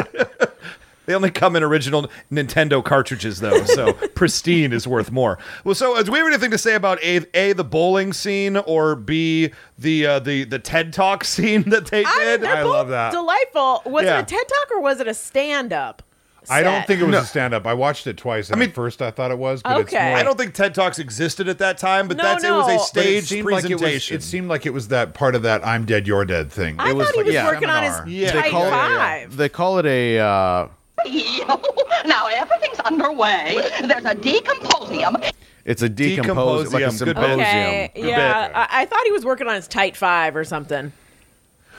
They only come in original Nintendo cartridges, though, so pristine is worth more. Well, so uh, do we have anything to say about a, a the bowling scene or b the uh, the the TED Talk scene that they I, mean, did? they're I both love that. Delightful. Was Yeah. it a TED Talk or was it a stand up? I don't think it was a stand-up. I watched it twice. And mean- at first I thought it was, but it's Okay. more I don't think TED Talks existed at that time, but No, that's it was a no. But staged like presentation. it, was, it seemed like it was that part of that "I'm dead, you're dead" thing. I it was thought he like was a working on his seminar. Yeah. tight They call it a- five. They call it a. Uh, Yo, now everything's underway. There's a decomposium. it's a decompose like a Decomposium. Good symposium. bit. okay, yeah, bit. I, I thought he was working on his tight five or something.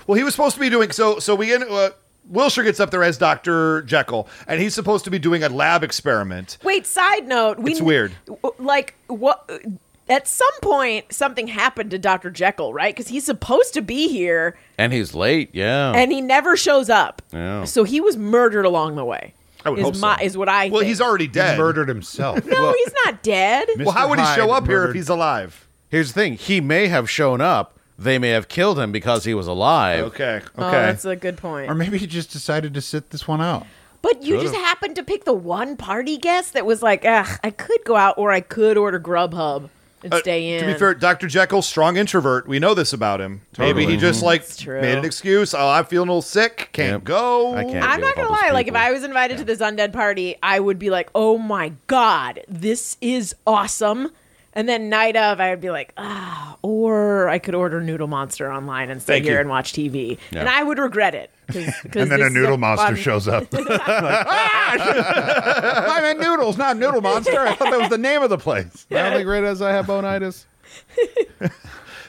Well, he was supposed to be doing so. So we end. Uh, Wilshire gets up there as Doctor Jekyll, and he's supposed to be doing a lab experiment. Wait, side note. We, It's weird. w- Like, what? At some point, something happened to Dr. Jekyll, right? Because he's supposed to be here And he's late. Yeah. and he never shows up. Oh. Yeah. So he was murdered along the way. I would is, hope so. my, is what I Well, think. he's already He dead. murdered himself. No, he's not dead. Mr. Well, how would he Hyde show up here if murdered- he's alive? Here's the thing. He may have shown up. They may have killed him because he was alive. Okay. Okay. Oh, that's a good point. Or maybe he just decided to sit this one out. But you just happened to pick the one party guest that was like, ugh, I could go out or I could order Grubhub and Uh, stay in. To be fair, Dr. Jekyll, strong introvert. We know this about him. Maybe he just like Mm-hmm. true. made an excuse. Oh, I'm feeling a little sick. Can't Yep. go. I can't. I'm not deal with all gonna those lie. Like if people. I was invited to this undead party, I would be like, "Oh my god, this is awesome!" And then night of, I would be like, "Ah," or I could order Noodle Monster online and stay Thank here you. and watch TV, Yeah. and I would regret it. Cause, 'cause And then a this is noodle monster fun- shows up. Like, "Ah!" I meant noodles, not noodle monster. I thought that was the name of the place. I only great as I have bonitis.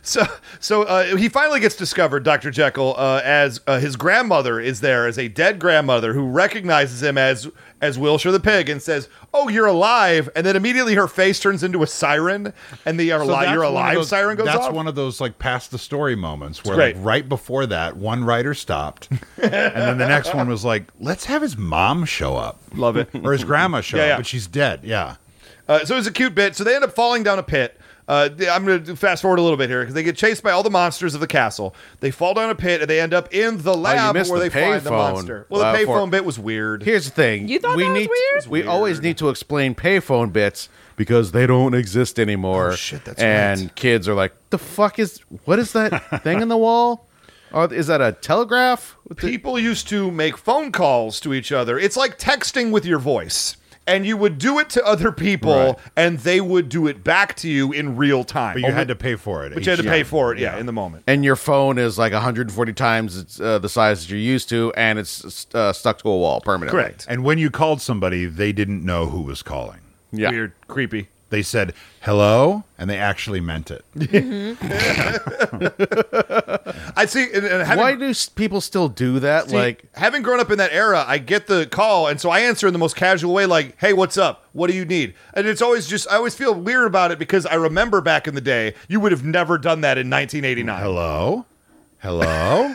So, so uh, he finally gets discovered, Dr. Jekyll, uh, as uh, his grandmother is there as a dead grandmother who recognizes him as as Wilshire the pig and says, "Oh, you're alive!" And then immediately her face turns into a siren, and the So "You're that's one of alive" those- siren goes That's off. one of those like past the story moments where like great. right before that, one writer stopped, and then the next one was like, "Let's have his mom show up." Love it, or his grandma show Yeah, up, yeah. but she's dead. Yeah, Uh, so it's a cute bit. So they end up falling down a pit. Uh, th- I'm going to fast forward a little bit here because they get chased by all the monsters of the castle. They fall down a pit and they end up in the lab Oh, missed where the they find the payphone. monster. Well, the Wow, for- payphone bit was weird. Here's the thing. You thought we that was need weird? we always need to explain payphone bits because they don't exist anymore. Oh, shit, that's and right. kids are like, "The fuck is what is that thing in the wall? Or is that a telegraph?" With the- People used to make phone calls to each other. It's like texting with your voice. And you would do it to other people Right. and they would do it back to you in real time. but you had to pay for it. But you had to each pay time. for it, yeah, in the moment. and your phone is like 140 times it's, uh, the size that you're used to, and it's uh, stuck to a wall permanently. Correct. And when you called somebody, they didn't know who was calling. Yeah. Weird, creepy. They said hello, and they actually meant it. I see. And, and having, Why do s- people still do that? See, like, having grown up in that era, I get the call, and so I answer in the most casual way, like, "Hey, what's up? What do you need?" And it's always just I always feel weird about it because I remember back in the day, you would have never done that in 1989. Hello, hello.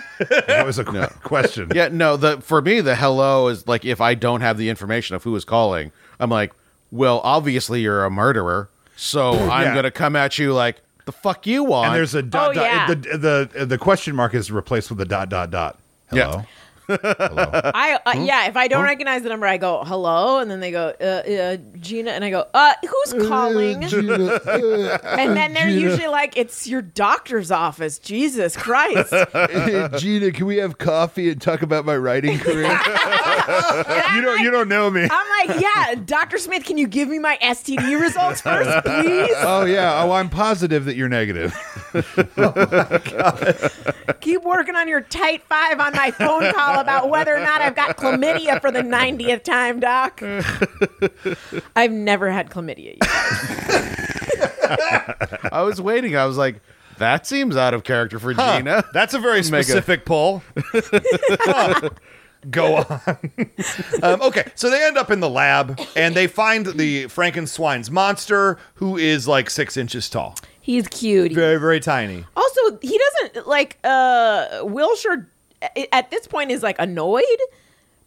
that was a que- question. yeah, no. The for me, the hello is like if I don't have the information of who is calling, I'm like, well, obviously you're a murderer, so I'm gonna come at you like the fuck you want. And there's a dot. Oh, dot yeah. the, the the question mark is replaced with a dot dot dot. Hello. Hello. I uh, yeah, if I Hmm? don't recognize the number, I go hello, and then they go uh, uh, Gina, and I go uh, who's calling? uh, and then they're usually like, it's your doctor's office. Jesus Christ! Gina, can we have coffee and talk about my writing career? you don't you don't know me. I'm like, yeah, Doctor Smith, can you give me my STD results first, please? Oh yeah. Oh, I'm positive that you're negative. Keep working on your tight five on my phone call about whether or not I've got chlamydia for the 90th time, Doc. I've never had chlamydia. Yet. I was waiting. I was like, that seems out of character for Gina. That's a very Mega. specific pull. go on. um, okay, so they end up in the lab and they find the Frankenstein's monster, who is like six inches tall, He's cute. very very tiny. Also, he doesn't like uh Wilshire a- at this point is like annoyed,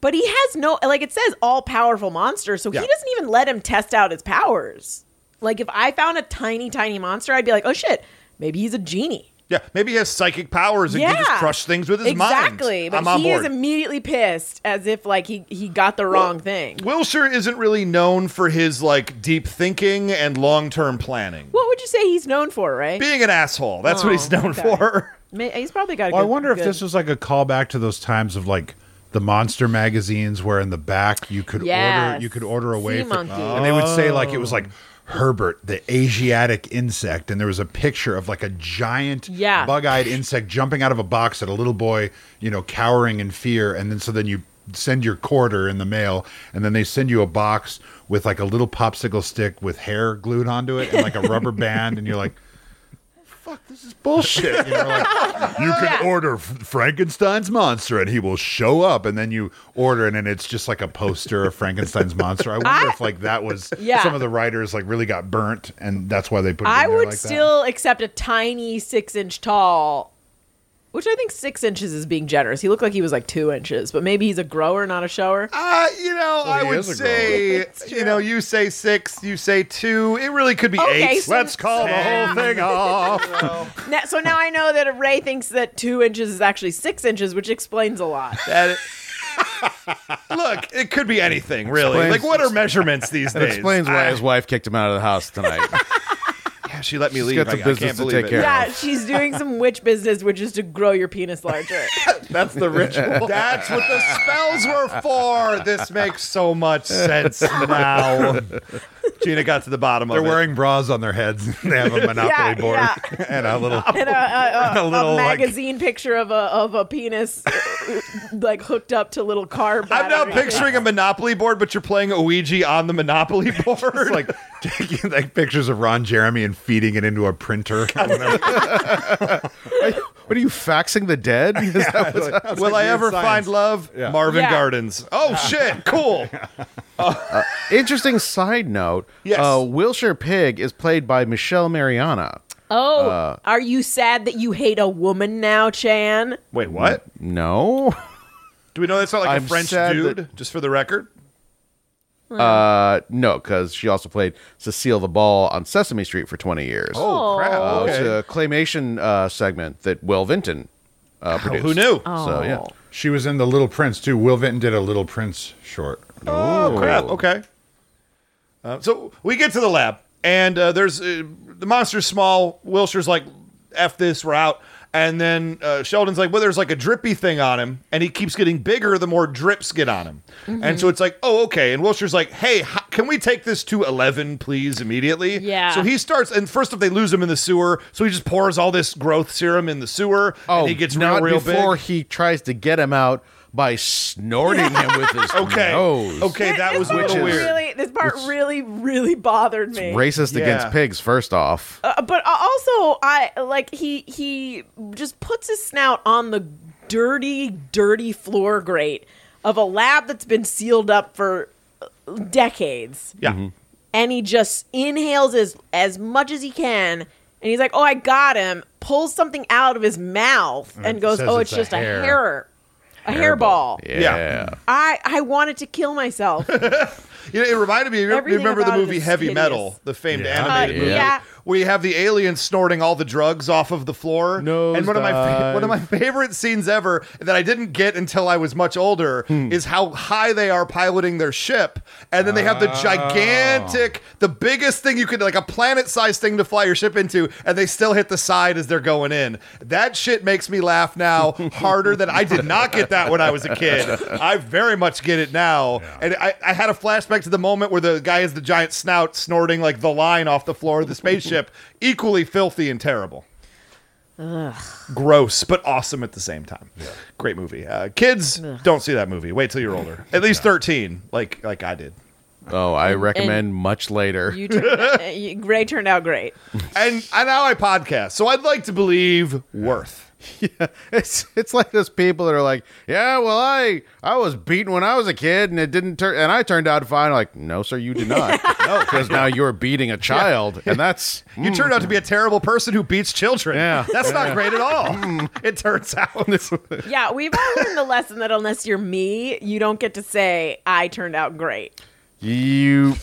but he has no like it says all powerful monster, so Yeah. he doesn't even let him test out his powers. Like if I found a tiny tiny monster, I'd be like, "Oh shit, maybe he's a genie." Yeah, maybe he has psychic powers and can just crush things with his mind. Exactly, but I'm on he board. is immediately pissed as if like he he got the wrong thing. Wilshire isn't really known for his like deep thinking and long term planning. What would you say he's known for, right? Being an asshole, that's what he's Oh, known okay. for. Ma- He's probably got. A Well, I good- wonder if good- this was like a callback to those times of like the monster magazines where in the back you could Yes. order you could order away Sea for- monkey. Oh. and they would say like it was like Herbert, the Asiatic insect, and there was a picture of like a giant Yeah. bug-eyed insect jumping out of a box at a little boy, you know, cowering in fear, and then so then you send your quarter in the mail and then they send you a box with like a little popsicle stick with hair glued onto it and like a rubber band and you're like fuck this is bullshit you know like you Oh, can order F- Frankenstein's monster and he will show up and then you order and then it's just like a poster of Frankenstein's monster. I wonder if like that was Yeah. some of the writers like really got burnt and that's why they put it I in there would like that. still accept a tiny six inch tall, which I think six inches is being generous. He looked like he was like two inches, but maybe he's a grower, not a shower. Uh, you know, I he would is a say, It's you know, you say six, you say two. It really could be Okay, eight. so- Let's call the whole thing off. Now, so now I know that Ray thinks that two inches is actually six inches, which explains a lot. Look, it could be anything, really. Explains- like, what are measurements these days? Explains why his wife kicked him out of the house tonight. Yeah, she let me leave. got I, some I business can't to believe take it. care of. Yeah, she's doing some witch business, which is to grow your penis larger. That's the ritual. That's what the spells were for. This makes so much sense now. Gina got to the bottom They're of it. wearing bras on their heads. they have a Monopoly Yeah, board yeah. and a little And a, a, a, a A little, like- magazine picture of a of a penis, like hooked up to little car. I'm now batteries. picturing a Monopoly board, but you're playing Ouija on the Monopoly board. it's like taking like pictures of Ron Jeremy and feeding it into a printer. what are you faxing the dead? Is that what's- Will I ever find love? Marvin Yeah. Gardens. Oh shit, cool. Interesting side note. Yes. Uh, Wilshire Pig is played by Michelle Mariana. Oh, are you sad that you hate a woman now, Chan? Wait, what? Uh, No. Do we know that's not like I'm a French sad dude? that- Just for the record. Uh, no, because she also played Cecile the Ball on Sesame Street for 20 years. Oh crap. Uh, It's Okay. a claymation uh, segment that Will Vinton uh, produced. Who knew? So, yeah. she was in the Little Prince too. Will Vinton did a Little Prince short. Oh crap. Okay. Uh, so we get to the lab, and uh, there's uh, the monster's small. Wilshire's like, "F this, we're out." And then uh, Sheldon's like, "Well, there's like a drippy thing on him, and he keeps getting bigger the more drips get on him." And so it's like, "Oh, okay." And Wilshire's like, "Hey, h- can we take this to eleven, please, immediately?" Yeah. So he starts, and first off, they lose him in the sewer, so he just pours all this growth serum in the sewer, Oh, and he gets real, not real before big. he tries to get him out by snorting him with his Okay. nose. Okay, that was this part real is- weird. really this part really really bothered me. Racist Yeah. against pigs, first off. Uh, but also, I like he he just puts his snout on the dirty, dirty floor grate of a lab that's been sealed up for uh, decades, Yeah. Mm-hmm. and he just inhales as as much as he can, and he's like, "Oh, I got him!" Pulls something out of his mouth and, goes, says "Oh, it's it's, a just hair." a hair, a hairball." Yeah. Yeah. I I wanted to kill myself. You know, it reminded me. You Everything remember the about it movie is Heavy hideous. Metal, the famed Yeah. animated Uh, movie, yeah. where you have the alien snorting all the drugs off of the floor. Nose and one of my fa- dive. one of my favorite scenes ever that I didn't get until I was much older is how high they are piloting their ship, and then they have the gigantic, the biggest thing you could like a planet-sized thing to fly your ship into, and they still hit the side as they're going in. That shit makes me laugh now harder than I did not get that when I was a kid. I very much get it now, and I, I had a flashback to the moment where the guy has the giant snout snorting like the line off the floor of the spaceship, equally filthy and terrible gross but awesome at the same time. Great movie. Uh, kids, don't see that movie. Wait till you're older. At least 13, like like I did. Oh, I recommend much later. You turned, uh, you- Ray turned out great. And and now I podcast. So I'd like to believe worth. Yeah, it's it's like those people that are like, yeah, well, I I was beaten when I was a kid, and it didn't turn, and I turned out fine. Like, no, sir, you did not. no, because now you're beating a child, and that's mm. You turned out to be a terrible person who beats children. Yeah. Mm. That's not great at all. it turns out. Yeah, we've all learned the lesson that unless you're me, you don't get to say I turned out great. you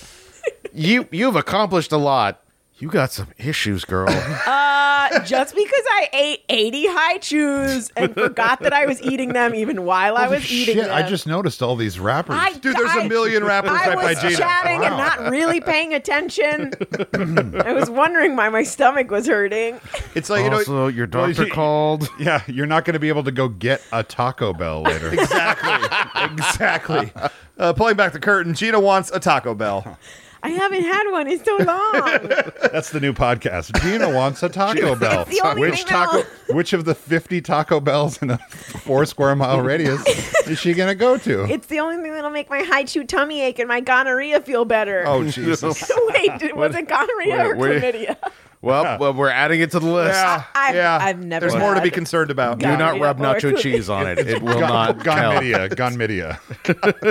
you you've accomplished a lot. You got some issues, girl. Uh, just because I ate 80 high chews and forgot that I was eating them even while I was eating Shit, them. I just noticed all these rappers. I- Dude, there's a I- million rappers I right by was Gina. chatting and not really paying attention. I was wondering why my stomach was hurting. It's like, you know, also, your well, oh, doctor you- called. yeah, you're not going to be able to go get a Taco Bell later. exactly. exactly. Uh, pulling back the curtain, Gina wants a Taco Bell. I haven't had one in so long. That's the new podcast. Gina wants a Taco Bell. It's the only which thing taco? that'll- Which of the fifty Taco Bells in a four square mile radius is she going to go to? It's the only thing that'll make my high chew tummy ache and my gonorrhea feel better. Oh, Jesus. Wait, did- was it gonorrhea or wait. chlamydia? Well, well, we're adding it to the list. yeah. I've- yeah. I've never There's more to be had- concerned about. Do not Gonorrhea rub or nacho chlamydia. cheese on it. It will Gon- not count. Gonmidia. Gonmidia.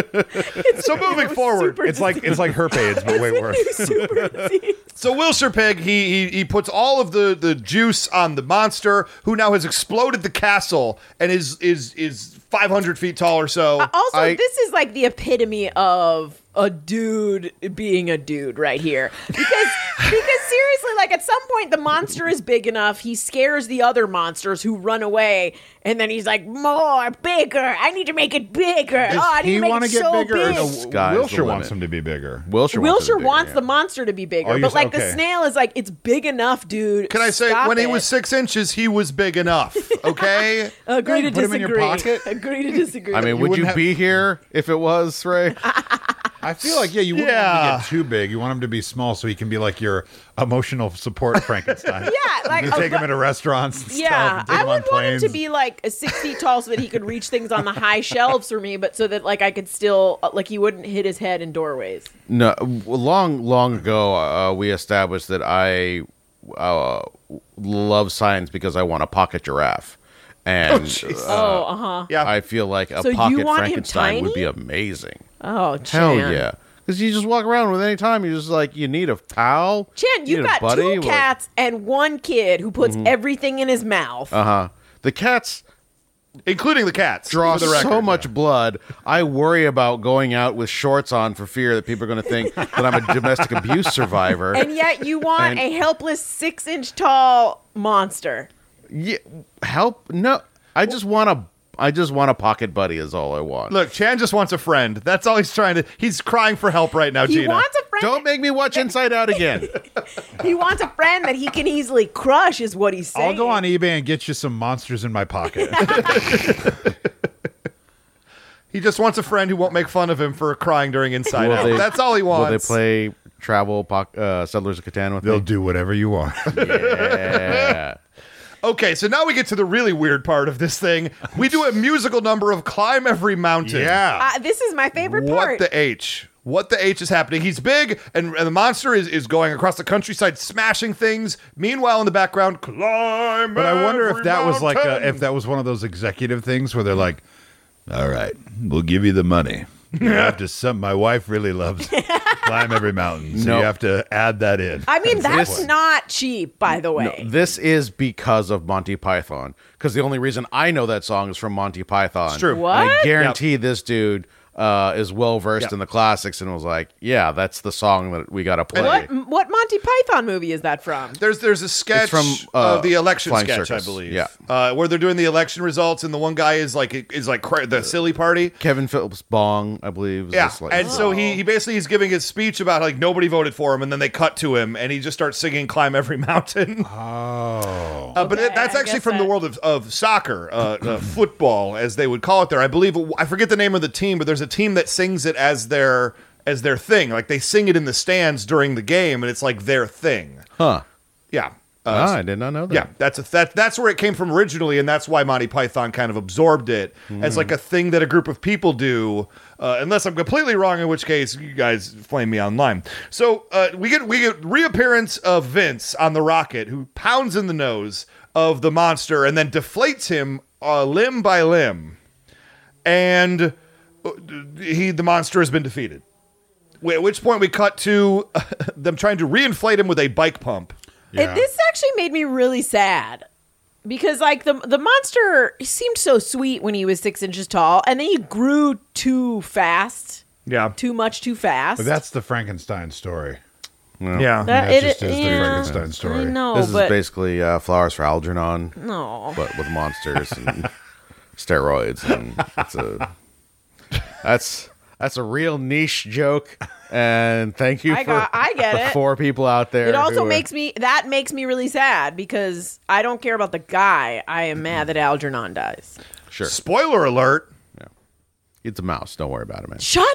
So moving It was forward, super It's like it's like herpes, but way worse. disease- super disease. So Wilshire Pig, he, he he puts all of the the juice on the monster, who now has exploded the castle and is is is 500 feet tall or so. Uh, Also, I- this is like the epitome of a dude being a dude right here. Because because seriously, like at some point the monster is big enough, he scares the other monsters who run away, and then he's like, More, bigger, I need to make it bigger. Does oh, I need he to make wanna it get so bigger? Or big. no, Sky's the Wilshire wants limit. him to be bigger. Wilshire, Wilshire wants, it to be wants bigger, the monster to be bigger, Oh, you but s- like the okay. snail is like, it's big enough, dude. Can I say Stop when he it." was six inches, he was big enough? Okay. agree to Put him in disagree? your pocket? Agree to disagree. yeah. I mean, would you wouldn't have- be here if it was Ray? I feel like yeah, you wouldn't Yeah. want him to get too big. You want him to be small so he can be like your emotional support Frankenstein. yeah, like You a take him bu- into restaurants. And Yeah, stuff, take I him on would want him to planes. be like a six feet tall so that he could reach things on the high shelves for me, but so that like I could still uh, like he wouldn't hit his head in doorways. No, w- long long ago, uh, we established that I uh, love science because I want a pocket giraffe, and uh, oh, uh huh. Yeah. I feel like a So you pocket want him Frankenstein would be tiny? amazing. Oh, Chan. Hell yeah, because you just walk around with any time. You just like you need a pal. Chan, you need a Mm-hmm. got buddy, two like- cats and one kid who puts everything in his mouth. Uh-huh. the cats Including the cats. draw for the record. so much blood. I worry about going out with shorts on for fear that people are going to think that I'm a domestic abuse survivor. and yet you want And- a helpless six inch tall monster. Yeah, help! No, I just want a. I just want a pocket buddy. Is all I want. Look, Chan just wants a friend. That's all he's trying to. He's crying for help right now, He Gina. wants a friend. Don't make me watch Inside Out again. he wants a friend that he can easily crush, is what he's saying. I'll go on eBay and get you some monsters in my pocket. he just wants a friend who won't make fun of him for crying during Inside Will Out. they- That's all he Will they wants. play Travel Poc- uh, Settlers of Catan with They'll me? do whatever you want. Yeah. Okay, so now we get to the really weird part of this thing. We do a musical number of Climb Every Mountain. Uh, this is my favorite What part. the H? What the H is happening? He's big, and, and the monster is, is going across the countryside, smashing things. Meanwhile, in the background, climb. But I wonder if every that was like a, mountain." if that was one of those executive things where they're like, "All right, we'll give you the money. You have to some. My wife really loves climb every mountain, so No. you have to add that in." I mean, that's This- not cheap, by the way. this is because of Monty Python. Because the only reason I know that song is from Monty Python. It's true. And I What? guarantee this dude uh, is well versed Yep. in the classics and was like, "Yeah, that's the song that we got to play." What what Monty Python movie is that from? There's there's a sketch It's from, of uh, the election Flying sketch, I Circus. believe. Yeah. Uh, where they're doing the election results, and the one guy is like is like cra- the silly party. Kevin Phillips Bong, I believe. is Yeah, just like- and so he, he basically he's giving his speech about like nobody voted for him, and then they cut to him, and he just starts singing "Climb Every Mountain." Oh, Uh, but Okay, it- that's I actually guess from the that- world of, of soccer, uh, uh, football, as they would call it there. I believe I forget the name of the team, but there's a team that sings it as their as their thing. Like they sing it in the stands during the game, and it's like their thing. huh? Yeah, uh, Ah, I did not know that. yeah. That's a that that's where it came from originally, and that's why Monty Python kind of absorbed it as like a thing that a group of people do. Uh, unless I'm completely wrong, in which case you guys flame me online. So uh, we get we get reappearance of Vince on the rocket, who pounds in the nose. of the monster and then deflates him uh, limb by limb. And uh, he, the monster has been defeated. Wh- At which point we cut to them trying to reinflate him with a bike pump. It, this actually made me really sad because, like, the the monster he seemed so sweet when he was six inches tall, and then he grew too fast, Yeah. too much, too fast. But that's the Frankenstein story. Yeah. That- That it- just is the yeah, Frankenstein story. I know, this is Oh, but basically uh, flowers for Algernon, no. but with monsters and steroids, and it's a that's that's a real niche joke. And thank you I for got- I get the it. four people out there. It also who are- makes me that makes me really sad because I don't care about the guy. I am mad that Algernon dies. Spoiler alert. it's a mouse. Don't worry about it, man. Shut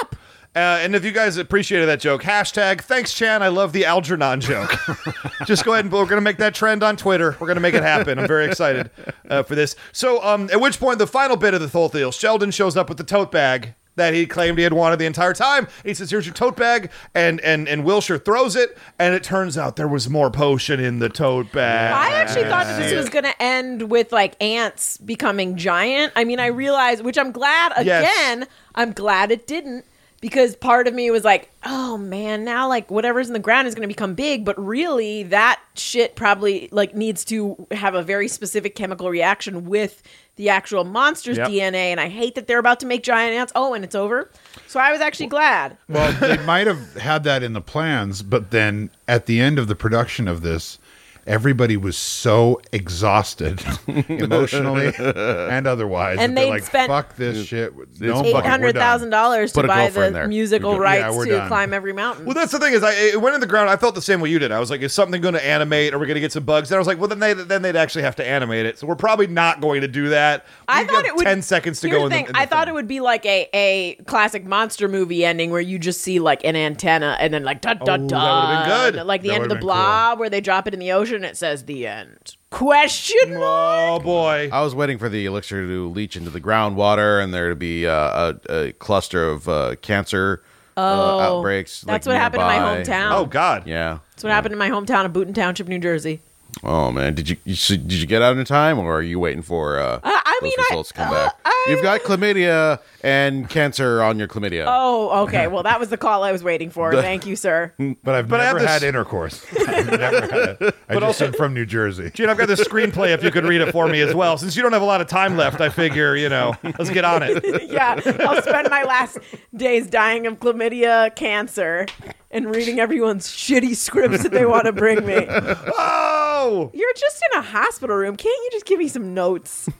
up! Uh, and if you guys appreciated that joke, hashtag thanks, Chan. I love the Algernon joke. Just go ahead and we're going to make that trend on Twitter. We're going to make it happen. I'm very excited uh, for this. So, um, at which point, the final bit of the whole deal, Sheldon shows up with the tote bag that he claimed he had wanted the entire time. He says, "Here's your tote bag," and and and Wilshire throws it, and it turns out there was more potion in the tote bag. I actually thought that this was going to end with like ants becoming giant. I mean, I realized, which I'm glad Yes. again, I'm glad it didn't because part of me was like, oh man, now like whatever's in the ground is going to become big, but really that shit probably like needs to have a very specific chemical reaction with the actual monster's Yep. DNA and I hate that they're about to make giant ants. Oh, and it's over. So I was actually glad. Well, they might have had that in the plans, but then at the end of the production of this, everybody was so exhausted emotionally and otherwise. And that they're they'd like, spent- fuck this shit. No, fucking- we're Eight done. hundred thousand dollars to Put a buy gopher in the there. musical You're good. Yeah, rights we're to done. climb every mountain. Well, that's the thing is, I it went in the ground. I felt the same way you did. I was like, is something going to animate? Are we going to get some bugs? And I was like, well, then they then they'd actually have to animate it. So we're probably not going to do that. I We've thought got it would ten seconds to go. here's The in the- thing, in the I thought thing. it would be like a a classic monster movie ending where you just see like an antenna and then like da da would've da. been good. and, Like the That end of the would've been cool. blob where they drop it in the ocean. and It says the end. Question mark. Oh boy! I was waiting for the elixir to leach into the groundwater and there to be uh, a, a cluster of uh, cancer uh, outbreaks. Oh, That's like, what happened in my nearby. hometown. Oh god! Yeah. That's what happened in my hometown of Booton Township, New Jersey. Oh man, did you, you so did you get out in time, or are you waiting for uh, I those mean, I- results to come back? You've got chlamydia and cancer on your chlamydia. Oh, okay. Well, that was the call I was waiting for. Thank you, sir. But I've But I never have had this- intercourse. I've never had it. I just am from New Jersey. Gene, I've got the screenplay. If you could read it for me as well, since you don't have a lot of time left, I figure you know, let's get on it. yeah, I'll spend my last days dying of chlamydia cancer and reading everyone's shitty scripts that they want to bring me. Oh, You're just in a hospital room. Can't you just give me some notes?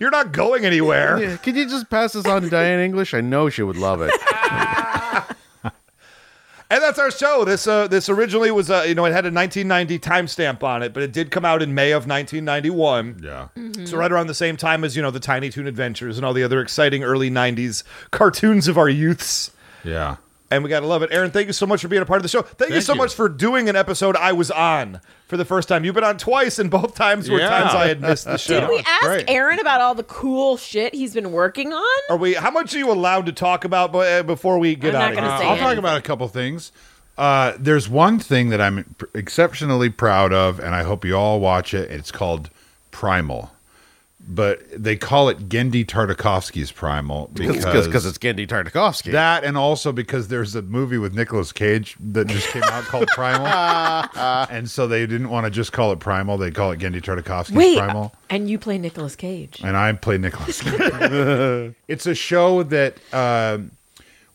you're not going anywhere. Yeah, Could you just pass this on to Diane English? I know she would love it. And that's our show. This uh, this originally was uh, you know it had a 1990 timestamp on it, but it did come out in May of 1991. Yeah. So right around the same time as you know the Tiny Toon Adventures and all the other exciting early '90s cartoons of our youths. Yeah. And we gotta love it, Aaron. Thank you so much for being a part of the show. Thank, you so you. much for doing an episode I was on for the first time. You've been on twice, and both times were Yeah. times I had missed the show. Did we ask great. Oh, Aaron about all the cool shit he's been working on? Are we? How much are you allowed to talk about bu- uh, before we get I'm out not of gonna here? say I'll it. talk about a couple things. Uh, there's one thing that I'm p- exceptionally proud of, and I hope you all watch it. It's called Primal, but they call it Gendy Tartakovsky's Primal Because it's Gendy Tartakovsky. that, and also because there's a movie with Nicolas Cage that just came out called Primal, and so they didn't want to just call it Primal. They call it Gendy Tartakovsky's Wait, Primal. and you play Nicolas Cage. And I play Nicholas. it's a show that um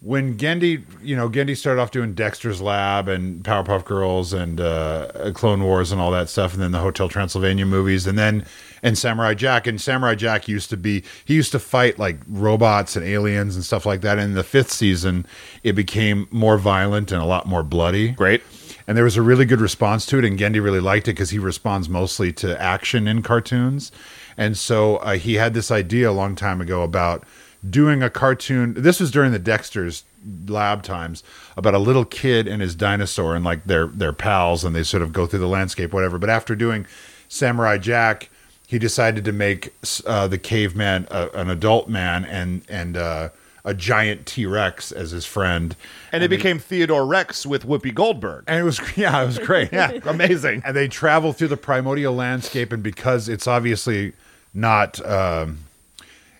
when Gendy, you know, Gendy started off doing Dexter's Lab and Powerpuff Girls and uh, Clone Wars and all that stuff, and then the Hotel Transylvania movies, and then and Samurai Jack. And Samurai Jack used to be he used to fight like robots and aliens and stuff like that. And in the fifth season, it became more violent and a lot more bloody. Great. And there was a really good response to it, and Gendy really liked it because he responds mostly to action in cartoons. And so uh, he had this idea a long time ago about doing a cartoon. This was during the Dexter's lab times about a little kid and his dinosaur and like their their pals, and they sort of go through the landscape, whatever. But after doing Samurai Jack, he decided to make uh, the caveman a, an adult man and and uh, a giant T Rex as his friend, And it became Theodore Rex with Whoopi Goldberg. and it was yeah, it was great. Yeah, amazing. and they travel through the primordial landscape and because it's obviously not um,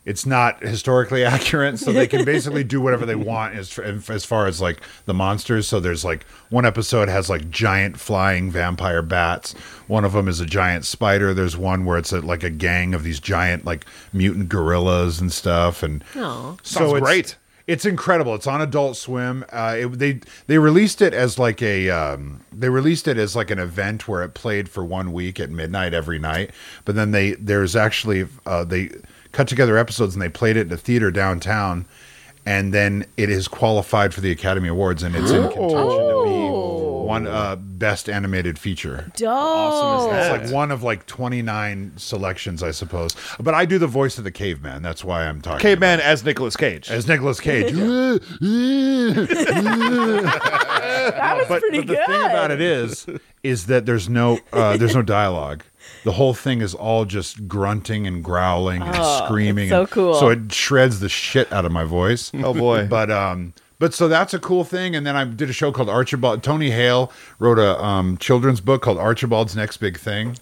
it's not historically accurate so they can basically do whatever they want as, as far as like the monsters so there's like one episode has like giant flying vampire bats one of them is a giant spider there's one where it's a, like a gang of these giant like mutant gorillas and stuff and Oh. Sounds it's, great. It's incredible. It's on Adult Swim. Uh, it, they they released it as like a um, they released it as like an event where it played for one week at midnight every night. But then they there's actually uh, they cut together episodes and they played it in a theater downtown. And then it is qualified for the Academy Awards, and it's in contention to be one uh, best animated feature. Dope. It's like one of like twenty nine selections, I suppose. But I do the voice of the caveman. That's why I'm talking. about Caveman as Nicolas Cage. as Nicolas Cage. that was but, pretty but The thing good. about it is, is that there's no uh, there's no dialogue. The whole thing is all just grunting and growling and screaming. Oh, it's so and- cool. So it shreds the shit out of my voice. Oh, boy. But um, but so that's a cool thing. And then I did a show called Archibald. Tony Hale wrote a um, children's book called Archibald's Next Big Thing.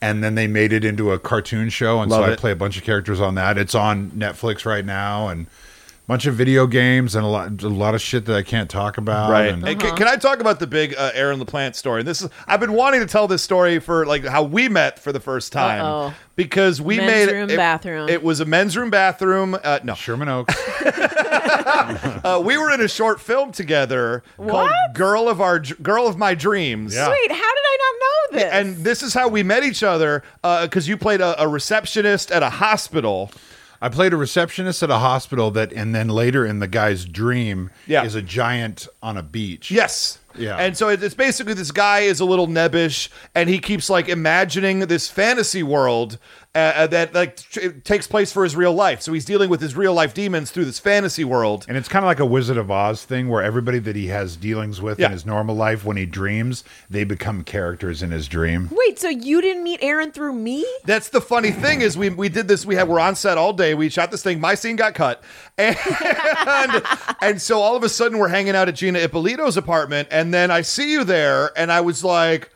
And then they made it into a cartoon show, and Love so I it. play a bunch of characters on that. It's on Netflix right now, and a bunch of video games and a lot, a lot of shit that I can't talk about. Right. and- Hey, Uh-huh. can, can I talk about the big uh, Aaron LaPlante story? This is I've been wanting to tell this story for like how we met for the first time Uh-oh. because we Men's made room, it, bathroom. It was a men's room bathroom. Uh, no, Sherman Oaks. uh, we were in a short film together called "Girl of Our Dr- Girl of My Dreams." Yeah. Wait, how did I not know this? And this is how we met each other because you played a, a receptionist at a hospital. I played a receptionist at a hospital that, and then later in the guy's dream, Yeah. is a giant on a beach. Yes. Yeah. And so it- it's basically this guy is a little nebbish, and he keeps like imagining this fantasy world uh, uh, that like tr- it takes place for his real life. So he's dealing with his real life demons through this fantasy world. And it's kind of like a Wizard of Oz thing where everybody that he has dealings with Yeah. in his normal life, when he dreams, they become characters in his dream. Wait, so you didn't meet Aaron through me? That's the funny thing is we we did this. We had we're on set all day. We shot this thing. My scene got cut, and and so all of a sudden we're hanging out at Gina Ippolito's apartment, and then I see you there, and I was like.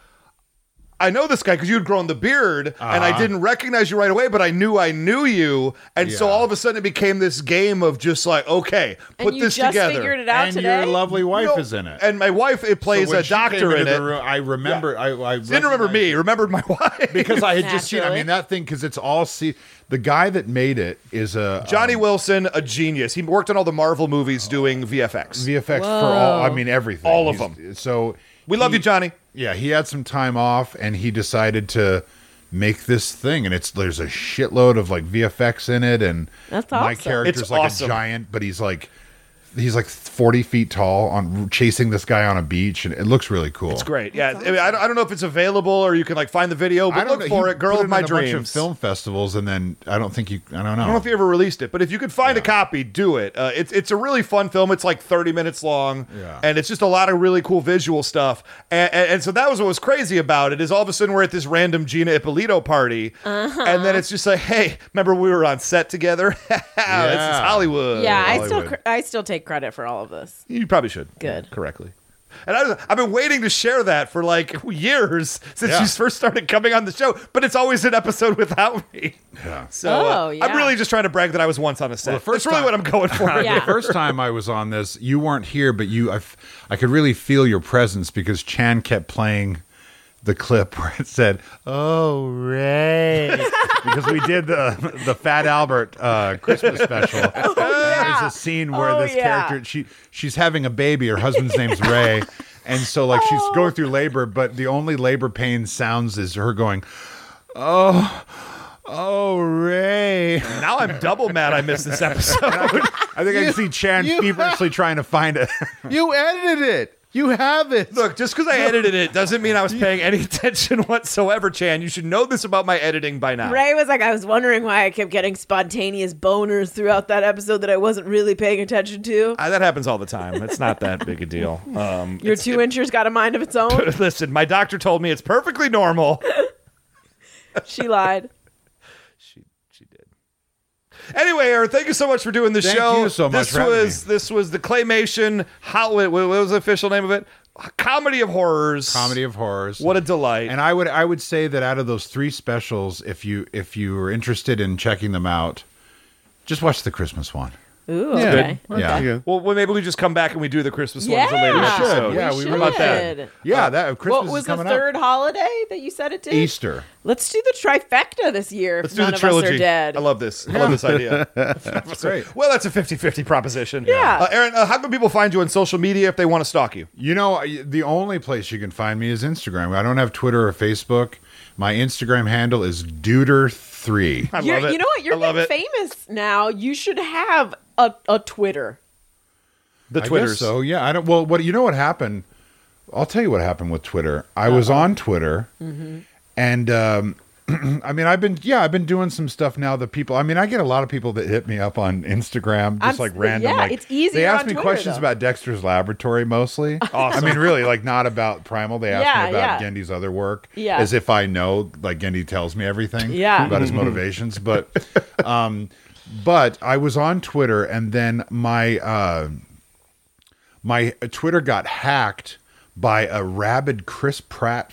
I know this guy because you had grown the beard, and Uh-huh. I didn't recognize you right away, but I knew I knew you, and so Yeah. all of a sudden it became this game of just like, okay, put and you this just together. figured it out and today? your lovely wife No, is in it. and my wife it So plays when a she came doctor into in the it. room, I remember. I, I Didn't remember recognized- me, remembered my wife because I had just seen. I Naturally. mean that thing because it's all see. The guy that made it is a Johnny um, Wilson, a genius. He worked on all the Marvel movies doing VFX. VFX for all. I mean everything. All of He's- them. So we love he- you, Johnny. Yeah, he had some time off and he decided to make this thing and it's there's a shitload of like VFX in it and That's my awesome. character's It's like awesome. a giant but he's like he's like 40 feet tall on chasing this guy on a beach and it looks really cool. It's great. Yeah, I, mean, I, don't, I don't know if it's available or you can like find the video, but look know, for he it. Girl put of my in a dreams. Bunch of film festivals and then I don't think you I don't know. I don't know if you ever released it, but if you could find a copy, do it. Uh, it's it's a really fun film. It's like thirty minutes long, Yeah. and it's just a lot of really cool visual stuff. And, and, and so that was what was crazy about it is all of a sudden we're at this random Gina Ippolito party, Uh-huh. and then it's just like, hey, remember we were on set together? This is Hollywood. yeah, I still Uh, Hollywood. cr- I still take credit for all of this. You probably should. Good. Correctly. And I, I've been waiting to share that for like years since Yeah. you first started coming on the show, but it's always an episode without me. Yeah. So uh, Oh, yeah. I'm really just trying to brag that I was once on a set. the first That's really time- what I'm going for. Yeah. The first time I was on this, you weren't here, but you, I, f- I could really feel your presence because Chan kept playing the clip where it said, "Oh Ray," because we did the the Fat Albert uh, Christmas special. Oh, yeah. There's a scene where Oh, this yeah. character she she's having a baby. Her husband's name's Ray, and so like she's Oh. going through labor, but the only labor pain sounds is her going, "Oh, oh Ray." Now I'm double mad I missed this episode. I think I can see Chan you- feverishly trying to find it. You edited it. You have it. Look, just because I edited it doesn't mean I was paying any attention whatsoever, Chan. You should know this about my editing by now. Ray was like, I was wondering why I kept getting spontaneous boners throughout that episode that I wasn't really paying attention to. Uh, that happens all the time. It's not that big a deal. Um, Your two inchers got a mind of its own. listen, my doctor told me it's perfectly normal. she lied. She she did. Anyway, Aaron, thank you so much for doing the Thank show. you so much This for having was this was the claymation. How what what was the official name of it? Comedy of horrors. Comedy of horrors. What a delight. And I would I would say that out of those three specials, if you if you were interested in checking them out, just watch the Christmas one. Ooh, Yeah. okay. Yeah. Okay. well, well, maybe we just come back and we do the Christmas ones in a later Yeah. We should, episode. yeah, we we should. Uh, really about that? Yeah, that Christmas what was is the coming third up. holiday that you said it did? Easter. Let's do the trifecta this year. Let's if do the none of us trilogy. are dead. I love this. I love this idea. That's great. Well, that's a 50-50 proposition. Yeah. Uh, Aaron, uh, how can people find you on social media if they want to stalk you? You know, I- the only place you can find me is Instagram. I don't have Twitter or Facebook. My Instagram handle is Duder3. I You're- love it. You know what? You're I love getting it. famous now. You should have a, a Twitter. The I guess Twitters. So yeah, I don't. Well, what you know what happened? I'll tell you what happened with Twitter. I was on Twitter, and um, I mean, I've been yeah, I've been doing some stuff now. The people, I mean, I get a lot of people that hit me up on Instagram, I'm s- just like random. yeah, like, it's easier They ask on me Twitter, questions though. about Dexter's Laboratory mostly. I mean, really, like not about Primal. They ask Yeah, me about yeah. Gendy's other work, Yeah. as if I know. Like Gendy tells me everything, Yeah. about his motivations, but. um but I was on Twitter, and then my uh, my Twitter got hacked by a rabid Chris Pratt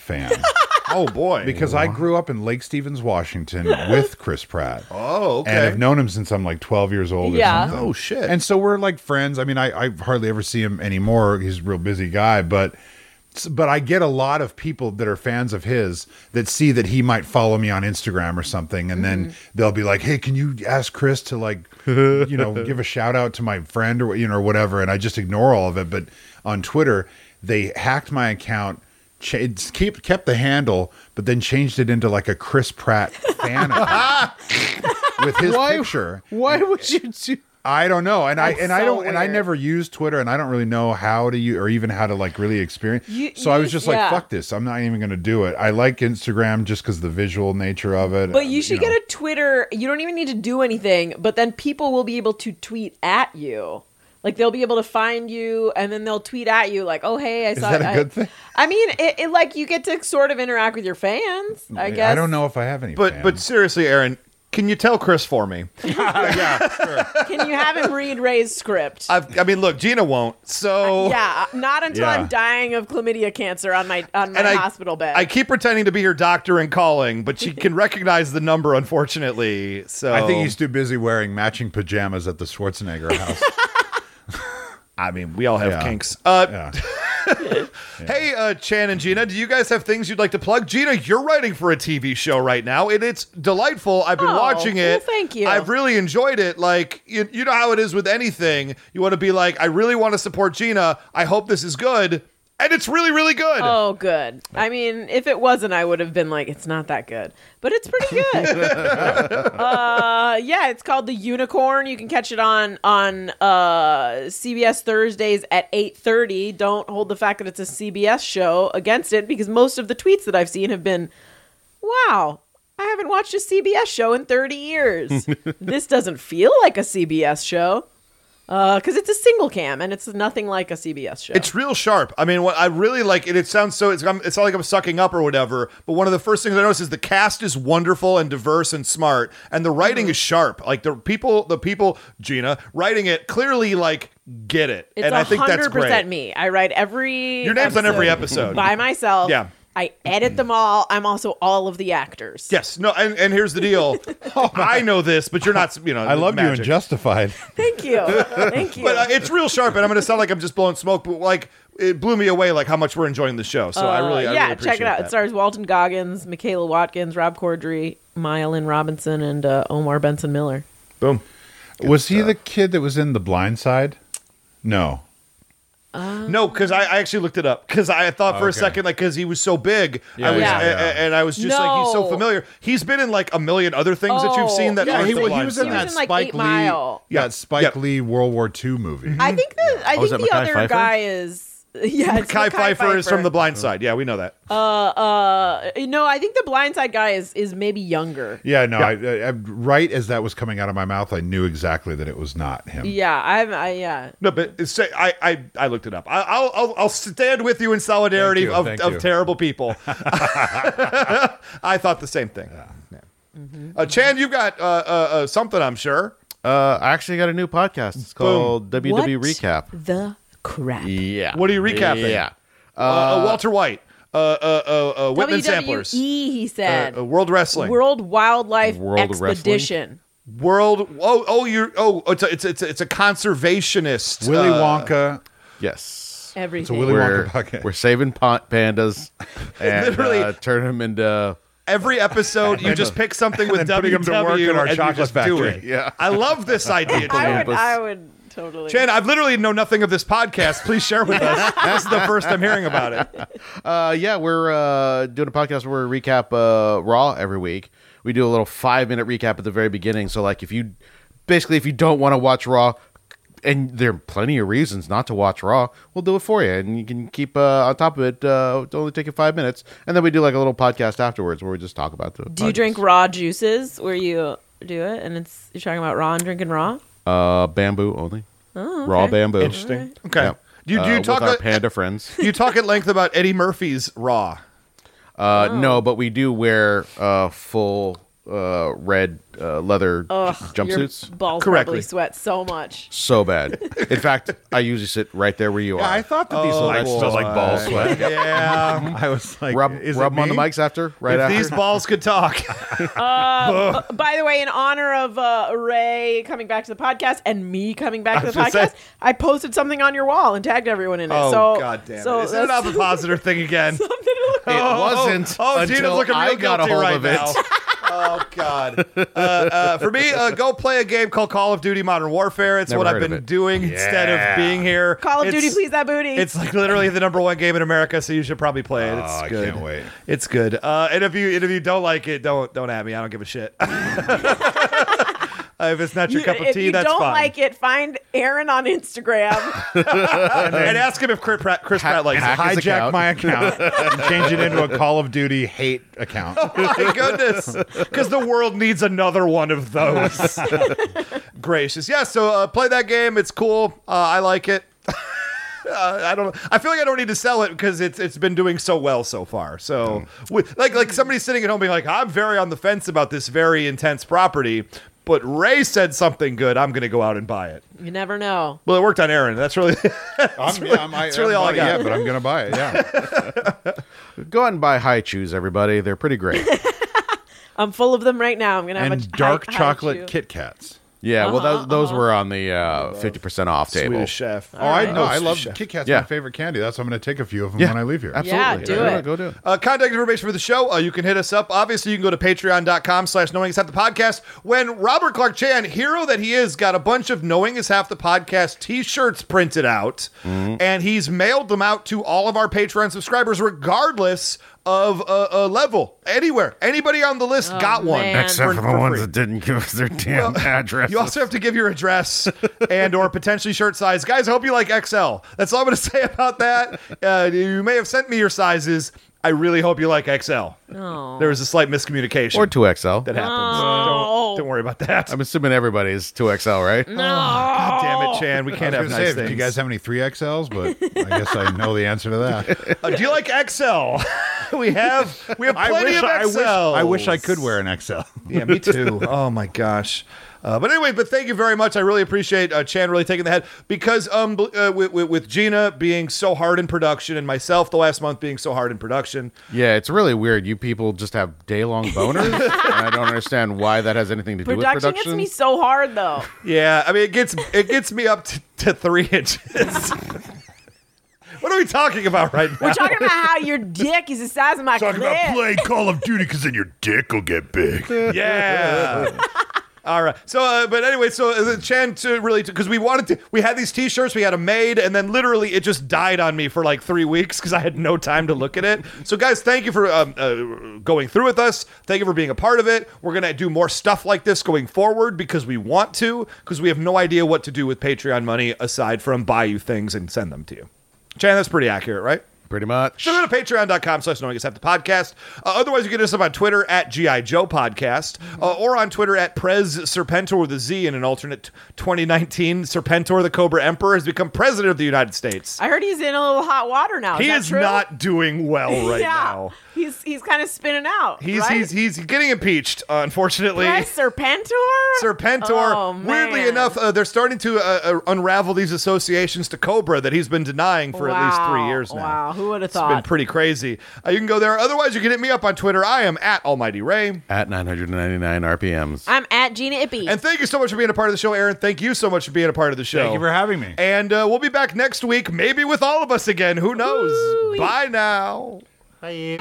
fan Oh boy. because I grew up in Lake Stevens, Washington, with Chris Pratt. oh, okay. And I've known him since I'm like 12 years old. Yeah. Or something. Oh, shit. And so we're like friends. I mean, I, I hardly ever see him anymore. He's a real busy guy, but but I get a lot of people that are fans of his that see that he might follow me on Instagram or something, and then they'll be like, "Hey, can you ask Chris to like, you know, give a shout out to my friend or you know or whatever?" And I just ignore all of it. But on Twitter, they hacked my account. Cha- it's keep kept the handle, but then changed it into like a Chris Pratt fan account with his picture. Why would you do? I don't know, and I That's and I so don't and I weird. never use Twitter, and I don't really know how to use or even how to like really experience. You- so I was you- just like, yeah. "Fuck this! I'm not even going to do it." I like Instagram just because the visual nature of it. But you should know. get a Twitter. You don't even need to do anything, but then people will be able to tweet at you. Like they'll be able to find you, and then they'll tweet at you like, "Oh, hey, I saw." that a I- good thing? I mean, it, it like you get to sort of interact with your fans. I guess. I don't know if I have any. but fans. but seriously, Aaron, can you tell Chris for me? Can you have him read Ray's script? I've, I mean, look, Gina won't. So Yeah, not until Yeah. I'm dying of chlamydia cancer on my on my And I- hospital bed. I keep pretending to be her doctor and calling, but she can recognize the number, unfortunately. So I think he's too busy wearing matching pajamas at the Schwarzenegger house. I mean, we all have Yeah. kinks. Uh, yeah. Hey, uh, Chan and Gina, do you guys have things you'd like to plug? Gina, you're writing for a TV show right now, and it's delightful. I've been Oh, watching well, it. thank you. I've really enjoyed it. Like, you, you know how it is with anything. You want to be like, I really want to support Gina. I hope this is good. And it's really, really good. Oh, good. I mean, if it wasn't, I would have been like, it's not that good, but it's pretty good. uh, yeah, it's called the Unicorn. You can catch it on on uh, CBS Thursdays at eight thirty. Don't hold the fact that it's a CBS show against it because most of the tweets that I've seen have been, "Wow." I haven't watched a CBS show in 30 years. this doesn't feel like a CBS show because it's a single cam and it's nothing like a CBS show. It's real sharp. I mean, what I really like it. It sounds so. It's, I'm- it's not like I'm sucking up or whatever. But one of the first things I notice is the cast is wonderful and diverse and smart, and the Mm-hmm. writing is sharp. Like the people, the people, Gina writing it clearly like get it, It's and I think that's 100% great. me. I write every Your name's on every episode. by myself. Yeah. I edit them all. I'm also all of the actors. Yes. No. And, and here's the deal. Oh I know this, but you're not. You know. I love you magic. and Justified. Thank you. Thank you. But uh, it's real sharp, and I'm going to sound like I'm just blowing smoke. But like, it blew me away, like how much we're enjoying the show. So I Uh, really, I yeah, really check it appreciate out. that. It stars Walton Goggins, Michaela Watkins, Rob Corddry, Myelin Robinson, and uh, Omar Benson Miller. Boom. was he the kid that was in The Blind Side? No. No, because I, I actually looked it up because I thought for a Okay. second like because he was so big, I Yeah, was, yeah, a- yeah. a- and I was just like he's so No. familiar. He's been in like a million other things that you've Oh, seen that yeah, aren't he The was- Blind was Side. in that like, Spike Eight Lee- Mm-hmm. Mile. Yeah, Yeah. Spike Yeah. Lee World War II movie. I think the I Oh, think is that the Mekhi other Phifer? guy is yeah. it's Kai Mekhi Pfeiffer, is from The Blind Side. Yeah, we know that. uh, no, I think the Blindside guy is is maybe younger. Yeah, no, I, I, I, right as that was coming out of my mouth, I knew exactly that it was not him. Yeah, I'm. I, yeah. no, but it's, I, I I looked it up. I, I'll, I'll I'll stand with you in solidarity Thank you, of, thank of you. terrible people. I thought the same thing. Yeah. Uh, Chan, you've got uh, uh, uh, something I'm sure. Uh, I actually got a new podcast. It's called WW What Recap. The crap. Yeah. What are you recapping? Yeah. Uh, uh, Walter White, uh, uh, uh, uh, Whitman WWE, Samplers, he uh, said. uh, World Wrestling, E World Wildlife World Wrestling? Expedition. World. Oh, oh, you're. Oh, it's a, it's a, it's a, it's a conservationist. Willy uh, Wonka. Yes. Everything. Willy We're, Wonka podcast. we're saving pa- pandas and Literally. uh, turn them into. Every episode, you just pick something with then putting WWE 'em to work in our and you chocolate just do factory. it. Yeah. I love this idea, I Jan. would, I would totally. Jan, I've literally know nothing of this podcast. Please share with us. this is the first I'm hearing about it. Uh, yeah, we're uh, doing a podcast where we recap uh, Raw every week. We do a little five minute recap at the very beginning. So, like, if you basically, if you don't want to watch Raw, and there are plenty of reasons not to watch Raw, we'll do it for you. And you can keep uh, on top of it. Uh, it'll only take you five minutes. And then we do like a little podcast afterwards where we just talk about the. do you podcast. drink raw juices where you do it? And it's you're talking about raw and drinking raw. Uh, bamboo only. Oh, Raw bamboo. Interesting. Okay. Yeah. Do you, do you Uh, talk with our a- panda friends? you talk at length about Eddie Murphy's Raw. Uh, Oh. No, but we do wear uh, full uh, red uh, leather Ugh, jumpsuits. Your balls Correctly. probably sweat so much. So bad. In fact, I usually sit right there where you are. I thought that these Oh, lights smells like ball sweat. Yeah. I was like, rub is rub it 'em on the me? mics after, right if after. these balls could talk. Uh, By the way, in honor of uh, Ray coming back to the podcast and me coming back to was the gonna podcast, say- I posted something on your wall and tagged everyone in it. Oh, so, God damn so it. Is it an that's opposite positor thing again? something to look it at. wasn't Oh, oh until Gina's looking real I got a guilty hold right of it. now. oh God! Uh, uh, for me, uh, go play a game called Call of Duty: Modern Warfare. It's Never what I've heard of been it. doing instead of being here. Call of It's- Duty, please that booty. It's like literally the number one game in America, so you should probably play it. It's Oh, I good. can't wait. It's good. Uh, and if you and if you don't like it, don't don't at me. I don't give a shit. if it's not your You- cup of if tea, you that's don't fine. like it, find Aaron on Instagram. and, ask him if Chris Pratt, Chris Pratt likes it. hack his Hijack account. my account and change it into a Call of Duty hate account. my goodness because the world needs another one of those gracious yeah so uh, play that game it's cool uh, i like it Uh, I don't. I feel like I don't need to sell it because it's it's been doing so well so far. So, with, like like somebody sitting at home being like, I'm very on the fence about this very intense property, but Ray said something good. I'm going to go out and buy it. you never know. Well, it worked on Aaron. That's really I'm, really, I'm, it's really all I got. Yeah, but I'm gonna buy it. Yeah, Go out and buy high chews, everybody. They're pretty great. I'm full of them right now. I'm gonna have a and dark hi- hi chocolate chew. Kit Kats. Yeah, well, Uh-huh, those, those were on the uh, fifty percent off table. Swedish chef. Oh, I know. I love Chef. Kit Kats. Yeah. My favorite candy. That's why I'm gonna take a few of them Yeah. when I leave here. Absolutely. Yeah, do Yeah, it. Go do it. Uh, contact information for the show, uh, you can hit us up. Obviously, you can go to patreon.com slash knowing is half the podcast. When Robert Clark Chan, hero that he is, got a bunch of knowing is half the podcast t-shirts printed out, and he's mailed them out to all of our Patreon subscribers, regardless of uh, uh, level, anywhere. Anybody on the list got one. Oh, man. Except for- for free. didn't give us their damn address. You also have to give your address and or potentially shirt size. Guys, I hope you like XL. That's all I'm going to say about that. Uh, you may have sent me your sizes. I really hope you like XL. No. There was a slight miscommunication or two XL. that happens. No. Don't, don't worry about that. I'm assuming everybody's two XL, right? No. Damn it, Chan. We can't I have was gonna nice say, things. do you guys have any three XLs? But I guess I know the answer to that. Uh, do you like XL? we have we have plenty of XL. I wish I wish I could wear an XL. yeah, me too. Oh my gosh. Uh, but anyway, but thank you very much. I really appreciate uh, Chan really taking the head because um bl- uh, with, with, with Gina being so hard in production and myself the last month being so hard in production. Yeah, it's really weird. You people just have day long boners. and I don't understand why that has anything to do with Production production. gets me so hard though. Yeah, I mean it gets it gets me up to, to three inches. what are we talking about right now? We're talking about how your dick is the size of my Talking about clit. playing Call of Duty because then your dick will get big. Yeah. All right. So, uh, but anyway, so uh, Chan to really because we wanted to, we had these T-shirts, we had them made, and then literally it just died on me for like three weeks because I had no time to look at it. So, guys, thank you for um, uh, going through with us. Thank you for being a part of it. We're gonna do more stuff like this going forward because we want to, because we have no idea what to do with Patreon money aside from buy you things and send them to you. Chan, that's pretty accurate, right? Pretty much. So go to patreon.com slash knowing us have the podcast. Uh, otherwise, you can hit us up on Twitter at G.I. Joe Podcast uh, or on Twitter at Prez Serpentor with a Z in an alternate 2019. Serpentor, the Cobra Emperor, has become president of the United States. I heard he's in a little hot water now. he Uh, that is true? not doing well right yeah. now. He's he's kind of spinning out. He's, right? he's, he's getting impeached, uh, unfortunately. Press Serpentor. Serpentor. Oh, Weirdly man. enough, uh, they're starting to uh, uh, unravel these associations to Cobra that he's been denying for at least three Wow. years now. Wow, who would've It's been thought? pretty crazy. Uh, you can go there. Otherwise, you can hit me up on Twitter. I am at Almighty Ray. At 999 RPMs. I'm at Gina Ippy. And thank you so much for being a part of the show, Aaron. Thank you so much for being a part of the show. Thank you for having me. And uh, we'll be back next week, maybe with all of us again. Who knows? Bye now. In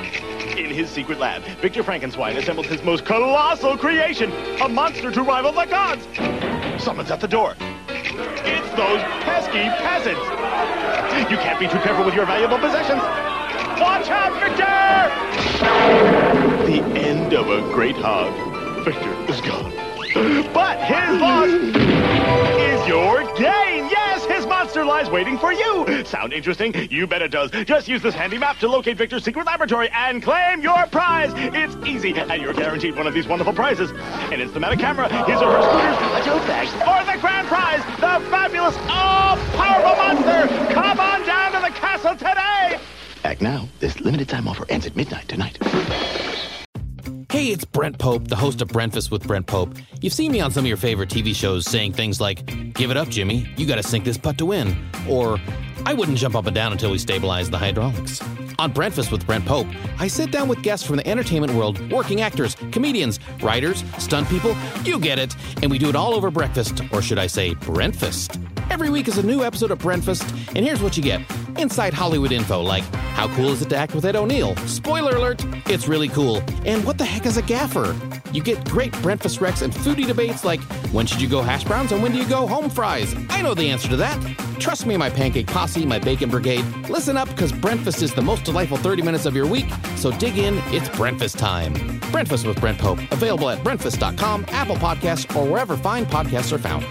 his secret lab, Victor Frankenstein assembled his most colossal creation, a monster to rival the gods. Someone's at the door. It's those pesky peasants. You can't be too careful with your valuable possessions. Watch out, Victor! The end of a great hog. Victor is gone. But his loss is your gain. Yes, his monster lies waiting for you. Sound interesting? You bet it does. Just use this handy map to locate Victor's secret laboratory and claim your prize. It's easy, and you're guaranteed one of these wonderful prizes. An Instamatic camera, his or her scooters, a tote bag, or the grand prize, the fabulous, all-powerful monster. Come on down to the castle today. Act now. This limited time offer ends at midnight tonight. Hey, it's Brent Pope, the host of Breakfast with Brent Pope. You've seen me on some of your favorite TV shows saying things like, Give it up, Jimmy, you gotta sink this putt to win, or I wouldn't jump up and down until we stabilize the hydraulics. On Breakfast with Brent Pope, I sit down with guests from the entertainment world, working actors, comedians, writers, stunt people, you get it, and we do it all over breakfast, or should I say, Breakfast. Every week is a new episode of Breakfast, and here's what you get inside Hollywood info like how cool is it to act with Ed O'Neill? Spoiler alert, it's really cool. And what the heck is a gaffer? You get great breakfast recs and foodie debates like when should you go hash browns and when do you go home fries? I know the answer to that. Trust me, my pancake posse, my bacon brigade. Listen up, because breakfast is the most delightful 30 minutes of your week. So dig in, it's breakfast time. Breakfast with Brent Pope, available at breakfast.com, Apple Podcasts, or wherever fine podcasts are found.